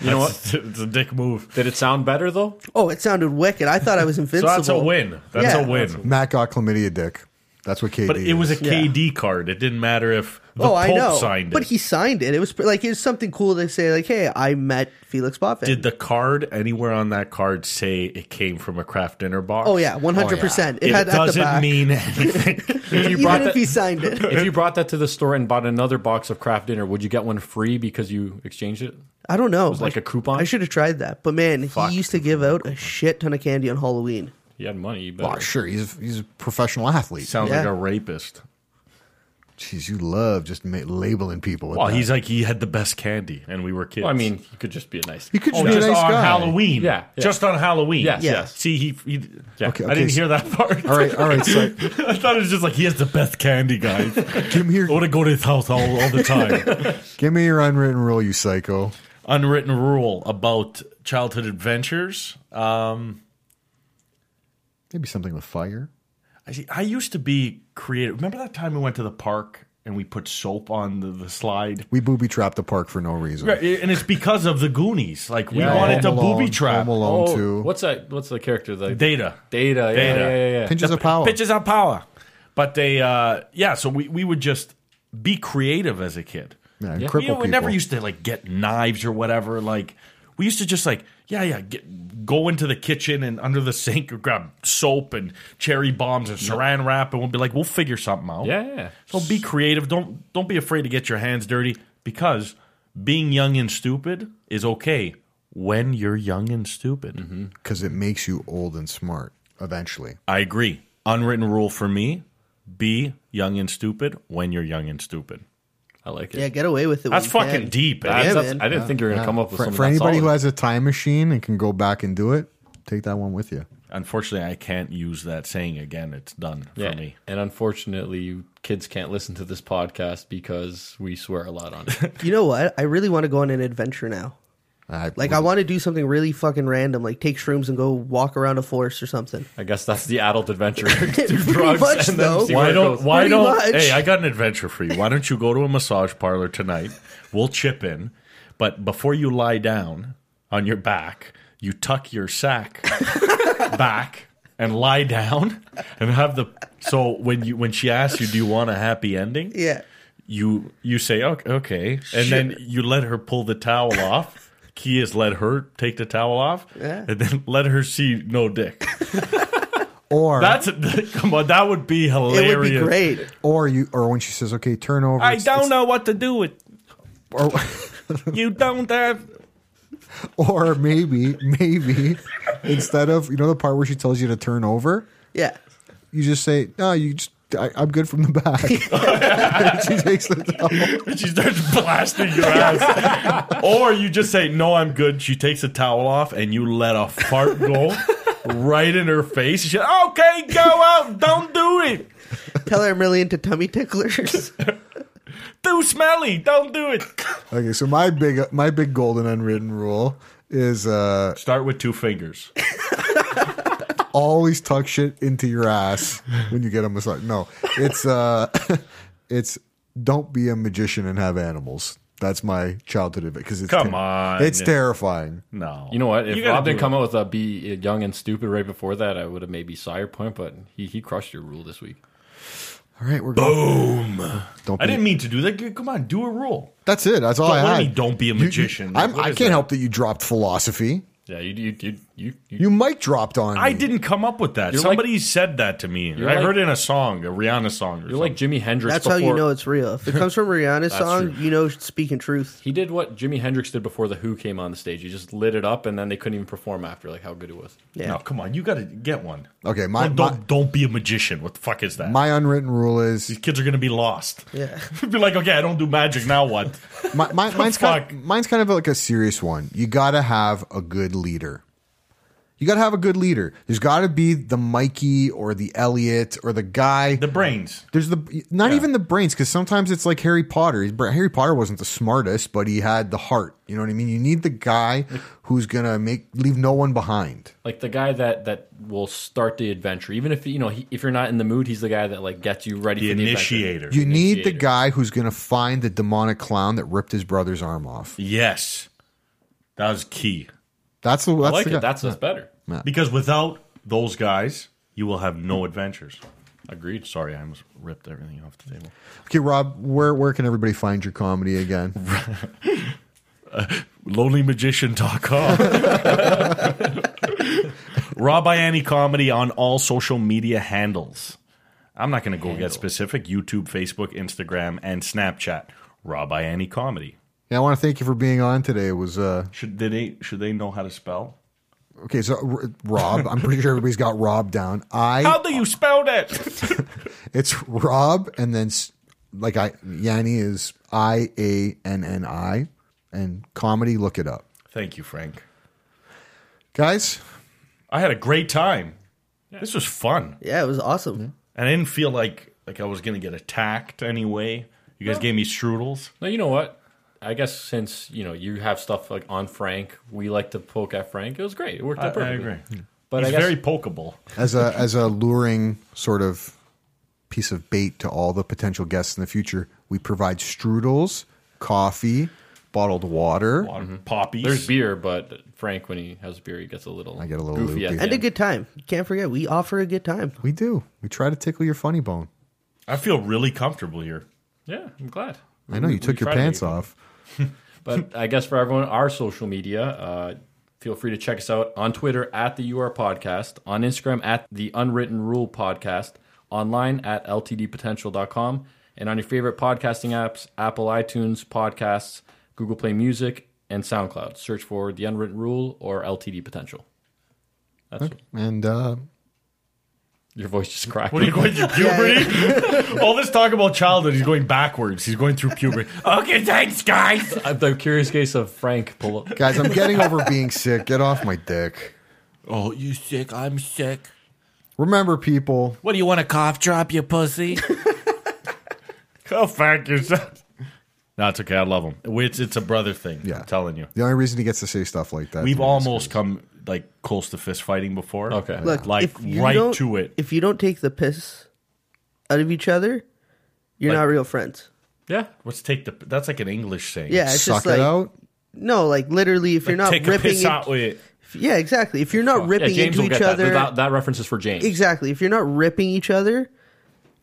Speaker 3: You know what?
Speaker 4: It's it's a dick move.
Speaker 3: Did it sound better though?
Speaker 2: oh, it sounded wicked. I thought I was
Speaker 4: So
Speaker 2: invincible.
Speaker 4: that's a win. That's
Speaker 2: Yeah.
Speaker 4: a win.
Speaker 1: Matt got chlamydia dick. That's what KD
Speaker 4: but it was a
Speaker 1: is.
Speaker 2: Yeah.
Speaker 4: KD card. It didn't matter if the
Speaker 2: oh,
Speaker 4: Pope
Speaker 2: I know.
Speaker 4: signed it.
Speaker 2: But he signed it. It was pr- like, it was something cool to say, like, hey, I met Felix Popvan.
Speaker 4: Did the card anywhere on that card say it came from a craft dinner box?
Speaker 2: oh, yeah, 100%. It,
Speaker 4: It,
Speaker 2: had at the
Speaker 4: doesn't
Speaker 2: back.
Speaker 4: mean anything.
Speaker 3: If you
Speaker 2: Even if
Speaker 3: that,
Speaker 2: he signed it.
Speaker 3: if you brought that to the store and bought another box of craft dinner, would you get one free because you exchanged it?
Speaker 2: I don't know.
Speaker 3: was like a coupon?
Speaker 2: I should have tried that. But man, he used to give out a shit ton of candy on Halloween.
Speaker 3: You had money, but
Speaker 1: Oh, sure. He's a, he's a professional athlete.
Speaker 4: Sounds like
Speaker 2: Yeah.
Speaker 4: a rapist.
Speaker 1: Jeez, you love just ma- labeling people. With
Speaker 4: Well,
Speaker 1: that.
Speaker 4: he's like he had the best candy, and we were kids.
Speaker 3: Well, I mean, you could just be a nice.
Speaker 1: he could just
Speaker 4: Oh,
Speaker 1: be a
Speaker 4: just
Speaker 1: nice
Speaker 4: on
Speaker 1: guy.
Speaker 4: Halloween.
Speaker 3: Yeah, yeah.
Speaker 4: Just on Halloween.
Speaker 3: Yes,
Speaker 2: Yeah.
Speaker 3: yes.
Speaker 4: See, he. he
Speaker 3: Yeah.
Speaker 4: I
Speaker 1: okay,
Speaker 4: didn't
Speaker 1: so-
Speaker 4: hear that part.
Speaker 1: All right, all right. So
Speaker 4: I thought it was just like he has the best candy, guys.
Speaker 1: give me
Speaker 4: I want
Speaker 1: your
Speaker 4: to go to his house all, all the time.
Speaker 1: give me your unwritten rule, you psycho.
Speaker 4: Unwritten rule about childhood adventures. Um,
Speaker 1: Maybe something with fire.
Speaker 4: I, see, I used to be creative. Remember that time we went to the park and we put soap on the, the slide?
Speaker 1: We booby trapped the park for no reason.
Speaker 4: Right, and it's because of the Goonies. Like we
Speaker 3: Yeah.
Speaker 4: wanted to
Speaker 1: Home Alone,
Speaker 4: booby trap
Speaker 1: Home Alone
Speaker 3: Oh,
Speaker 1: too.
Speaker 3: what's that? What's the character? The
Speaker 4: data.
Speaker 3: Data. Yeah,
Speaker 4: Data.
Speaker 3: yeah, yeah. yeah.
Speaker 1: Pinches of power.
Speaker 4: Pitches on power. But they, uh, yeah. So we, we would just be creative as a kid.
Speaker 1: Yeah, and
Speaker 4: You
Speaker 1: cripple
Speaker 4: know, we never
Speaker 1: people.
Speaker 4: used to like get knives or whatever. Like we used to just like yeah yeah get, go into the kitchen and under the sink or grab soap and cherry bombs and saran wrap and we'll be like we'll figure something out.
Speaker 3: Yeah, yeah.
Speaker 4: So be creative. Don't don't be afraid to get your hands dirty because being young and stupid is okay when you're young and stupid.
Speaker 1: Mm-hmm. because it makes you old and smart eventually.
Speaker 4: I agree. Unwritten rule for me: be young and stupid when you're young and stupid.
Speaker 3: I like it.
Speaker 2: Yeah, get away with it.
Speaker 4: That's
Speaker 2: when you
Speaker 4: fucking
Speaker 2: can.
Speaker 4: deep. eh?
Speaker 3: That's-
Speaker 2: Yeah,
Speaker 3: that's-
Speaker 2: man.
Speaker 3: I didn't think you were gonna come up with
Speaker 1: For,
Speaker 3: something
Speaker 1: for
Speaker 3: that
Speaker 1: anybody who
Speaker 3: solid.
Speaker 1: has a time machine and can go back and do it, take that one with you.
Speaker 4: Unfortunately, I can't use that saying again. It's done
Speaker 3: yeah.
Speaker 4: for me.
Speaker 3: And unfortunately, you kids can't listen to this podcast because we swear a lot on it.
Speaker 2: You know what? I really want to go on an adventure now.
Speaker 1: I,
Speaker 2: Like I want to do something really fucking random, like take shrooms and go walk around a forest or something.
Speaker 3: I guess that's the adult adventure. Do
Speaker 2: Pretty
Speaker 3: drugs
Speaker 2: much,
Speaker 3: and then
Speaker 2: though.
Speaker 3: see where
Speaker 4: Why
Speaker 3: it
Speaker 4: don't?
Speaker 3: goes.
Speaker 4: Why
Speaker 2: Pretty
Speaker 4: don't?
Speaker 2: much.
Speaker 4: Hey, I got an adventure for you. Why don't you go to a massage parlor tonight? We'll chip in, but before you lie down on your back, you tuck your sack back and lie down and have the. So when you when she asks you, do you want a happy ending?
Speaker 2: Yeah.
Speaker 4: you you say okay, okay and then you let her pull the towel off key has let her take the towel off
Speaker 2: Yeah.
Speaker 4: and then let her see no dick
Speaker 1: or
Speaker 4: that's come on that would be hilarious
Speaker 2: It would be great.
Speaker 1: or you or when she says, "Okay, turn over."
Speaker 4: i
Speaker 1: it's-
Speaker 4: don't
Speaker 1: it's-
Speaker 4: know what to do with
Speaker 1: Or,
Speaker 4: you don't have
Speaker 1: or maybe maybe instead of you know the part where she tells you to turn over,
Speaker 2: Yeah.
Speaker 1: you just say, "No, you just." I, I'm good from the back. And she takes the towel.
Speaker 4: and she starts blasting your ass or you just say no i'm good she takes the towel off and you let a fart go right in her face she okay go out don't do it
Speaker 2: Tell her I'm really into tummy ticklers.
Speaker 4: too smelly don't do it
Speaker 1: Okay, so my big my big golden unwritten rule is uh
Speaker 4: start with two fingers
Speaker 1: always tuck shit into your ass when you get a massage. No, it's uh, it's don't be a magician and have animals. That's my childhood of it because it's
Speaker 4: Come on.
Speaker 1: it's terrifying.
Speaker 4: No.
Speaker 3: You know what? If
Speaker 4: gotta
Speaker 3: Rob didn't
Speaker 4: do
Speaker 3: come
Speaker 4: it.
Speaker 3: out with a be young and stupid right before that, I would have maybe saw your point, but he, he crushed your rule this week.
Speaker 1: All right, we're boom. Don't. Be,
Speaker 4: I didn't mean to do that. G- Come on, do a rule.
Speaker 1: That's it. That's all
Speaker 4: Don't-
Speaker 1: I
Speaker 4: what do
Speaker 1: had.
Speaker 4: you mean, don't be a
Speaker 1: You- you-
Speaker 4: magician?
Speaker 1: I'm,
Speaker 4: What
Speaker 1: I
Speaker 4: is
Speaker 1: can't
Speaker 4: that?
Speaker 1: help that you dropped philosophy.
Speaker 3: Yeah, you you, you You, you,
Speaker 1: You mic dropped on.
Speaker 4: I
Speaker 1: me.
Speaker 4: didn't come up with that.
Speaker 3: Mm. You're
Speaker 4: Somebody said that to me. I
Speaker 3: like-
Speaker 4: heard it in a song, a Rihanna song. Or
Speaker 3: are like Jimi Hendrix.
Speaker 2: That's
Speaker 3: before,
Speaker 2: how you know it's real. If it comes from Rihanna's song, you know she's speaking truth.
Speaker 3: He did what Jimi Hendrix did before the Who came on the stage. He just lit it up, and then they couldn't even perform after. Like how good it was.
Speaker 2: Yeah.
Speaker 4: No, come on, you got to get one.
Speaker 1: Okay, my-
Speaker 4: don't,
Speaker 1: my-
Speaker 4: don't don't be a magician. What the fuck is that?
Speaker 1: My unwritten rule is
Speaker 4: These kids are gonna be lost.
Speaker 2: Yeah.
Speaker 4: be like, okay, I don't do magic now. What?
Speaker 1: my, my, mine's
Speaker 4: fuck?
Speaker 1: kind of, mine's kind of like a serious one. You gotta have a good leader. You gotta have a good leader. There's gotta be the Mikey or the Elliot or the guy.
Speaker 4: the brains.
Speaker 1: There's the not even the brains because sometimes it's like Harry Potter. He's- Harry Potter wasn't the smartest, but he had the heart. You know what I mean? You need the guy who's gonna make leave no one behind.
Speaker 3: Like the guy that that will start the adventure, even if you know he, if you're not in the mood, he's the guy that like gets you ready
Speaker 4: The
Speaker 3: for the adventure.
Speaker 4: initiator.
Speaker 1: You need the
Speaker 3: Initiator.
Speaker 1: guy who's gonna find the demonic clown that ripped his brother's arm off.
Speaker 4: yes, that was key.
Speaker 1: That's the that's
Speaker 3: I like
Speaker 1: the guy.
Speaker 3: it. That's that's better.
Speaker 4: Because without those guys, you will have no adventures.
Speaker 3: Agreed.
Speaker 4: Sorry, I almost ripped everything off the table.
Speaker 1: okay, Rob. Where where can everybody find your comedy again?
Speaker 4: LonelyMagician.com. Rob Ianni comedy on all social media handles. I'm not going to go get specific. YouTube, Facebook, Instagram, and Snapchat. Rob Ianni comedy.
Speaker 1: Yeah, I want to thank you for being on today. It was uh
Speaker 4: Should did they should they know how to spell?
Speaker 1: okay. So R- Rob, I'm pretty sure everybody's got Rob down. I
Speaker 4: How do you spell that?
Speaker 1: it's Rob, and then s- like I Yanni is I A N N I, and comedy. Look it up,
Speaker 4: Thank you, Frank.
Speaker 1: guys.
Speaker 4: I had a great time. This was fun,
Speaker 2: Yeah, it was awesome.
Speaker 4: and I didn't feel like like I was going to get attacked anyway. You guys gave me strudels.
Speaker 3: No, you know what? I guess since you know you have stuff like on Frank, we like to poke at Frank. It was great. It worked out perfectly. But
Speaker 4: He's
Speaker 3: I guess
Speaker 4: very pokeable.
Speaker 1: As a as a luring sort of piece of bait to all the potential guests in the future, we provide strudels, coffee, bottled water.
Speaker 4: on Poppies.
Speaker 3: there's beer, but Frank when he has beer, he gets a little.
Speaker 1: I get a little
Speaker 3: goofy. At
Speaker 1: loopy.
Speaker 3: the
Speaker 2: And a
Speaker 3: end.
Speaker 2: good time. You can't forget, we offer a good time.
Speaker 1: We do. We try to tickle your funny bone.
Speaker 4: I feel really comfortable here.
Speaker 3: yeah, I'm glad.
Speaker 1: I know you took your
Speaker 3: try to
Speaker 1: pants
Speaker 3: make-
Speaker 1: off.
Speaker 3: But I guess for everyone, our social media, uh, feel free to check us out on Twitter at the UR Podcast, on Instagram at the Unwritten Rule Podcast, online at ltdpotential.com, and on your favorite podcasting apps Apple iTunes, Podcasts, Google Play Music, and SoundCloud. Search for The Unwritten Rule or LTD Potential. That's
Speaker 1: And uh,
Speaker 3: Your voice just cracked.
Speaker 4: What are you going through puberty? All this talk about childhood, he's going backwards. He's going through puberty. okay, thanks, guys.
Speaker 3: I'm the curious case of Frank. Pull up.
Speaker 1: guys, I'm getting over being sick. Get off my dick.
Speaker 7: Oh, you sick? I'm sick.
Speaker 1: Remember, people,
Speaker 7: What do you want a cough drop, you pussy?
Speaker 4: Go Oh, fuck yourself. No, it's okay. I love him. It's it's a brother thing.
Speaker 1: Yeah.
Speaker 4: I'm telling you.
Speaker 1: the only reason he gets to say stuff like that.
Speaker 4: We've
Speaker 1: dude, is
Speaker 4: almost come like close to fist fighting before.
Speaker 3: Okay.
Speaker 2: Look,
Speaker 4: Like,
Speaker 2: if you
Speaker 4: right
Speaker 2: don't-
Speaker 4: to it.
Speaker 2: If you don't take the piss out of each other, you're
Speaker 4: Like-
Speaker 2: not real friends.
Speaker 3: Yeah.
Speaker 4: Let's take the. That's like an English saying.
Speaker 2: Yeah, it's
Speaker 1: suck
Speaker 2: just like
Speaker 1: it out.
Speaker 2: no, like literally, if you're not
Speaker 4: take a
Speaker 2: ripping,
Speaker 4: piss
Speaker 2: in-
Speaker 4: out with it.
Speaker 2: yeah, exactly. If you're not
Speaker 3: Yeah,
Speaker 2: ripping
Speaker 3: James
Speaker 2: into
Speaker 3: will
Speaker 2: each
Speaker 3: get that.
Speaker 2: other,
Speaker 3: that. That reference is for James.
Speaker 2: exactly. If you're not ripping each other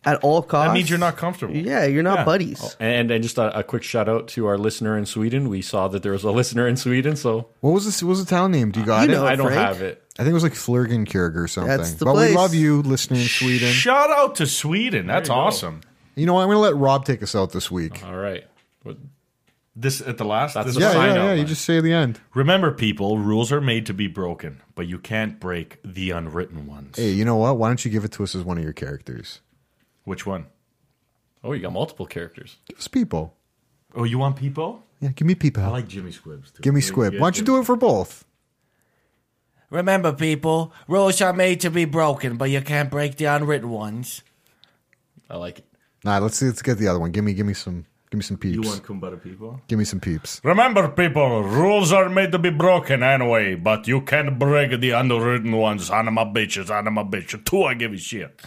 Speaker 2: at all costs,
Speaker 4: That means you're not comfortable.
Speaker 2: Yeah, you're not
Speaker 4: Yeah. Oh.
Speaker 2: buddies.
Speaker 3: And, and just a, a quick shout out to our listener in Sweden. We saw that there was a listener in Sweden, so
Speaker 1: What was this? What was the town name? Do you got
Speaker 2: You
Speaker 1: it?
Speaker 2: know.
Speaker 3: I don't
Speaker 2: Frank.
Speaker 3: have it.
Speaker 1: I think it was like Flurgenkirk or something.
Speaker 2: That's the
Speaker 1: but we
Speaker 2: place.
Speaker 1: love you, listening in Sweden.
Speaker 4: Shout out to Sweden. That's
Speaker 3: you go.
Speaker 4: awesome.
Speaker 1: You know what? I'm going to let Rob take us out this week.
Speaker 4: Uh-huh.
Speaker 3: All right. What-
Speaker 4: This at the last.
Speaker 3: That's
Speaker 4: this
Speaker 3: the
Speaker 1: yeah,
Speaker 3: sign
Speaker 1: yeah,
Speaker 3: out
Speaker 1: yeah. You
Speaker 3: line.
Speaker 1: just say the end.
Speaker 4: Remember, people, rules are made to be broken, but you can't break the unwritten ones.
Speaker 1: Hey, you know what? Why don't you give it to us as one of your characters?
Speaker 4: Which one?
Speaker 3: Oh, you got multiple characters.
Speaker 1: Give us people.
Speaker 4: Oh, you want people?
Speaker 1: Yeah, give me people.
Speaker 4: I like Jimmy Squibbs too.
Speaker 1: give me Squib. Why don't you do it for both?
Speaker 7: Remember, people, rules are made to be broken, but you can't break the unwritten ones.
Speaker 3: I like it.
Speaker 1: Nah, let's see. Let's get the other one. Give me, give me some, give me some peeps.
Speaker 4: Kumbada people?
Speaker 1: give me some peeps.
Speaker 4: Remember, people, rules are made to be broken anyway, but you can't break the unwritten ones. Anima bitches, anima bitches. Two, I give a shit.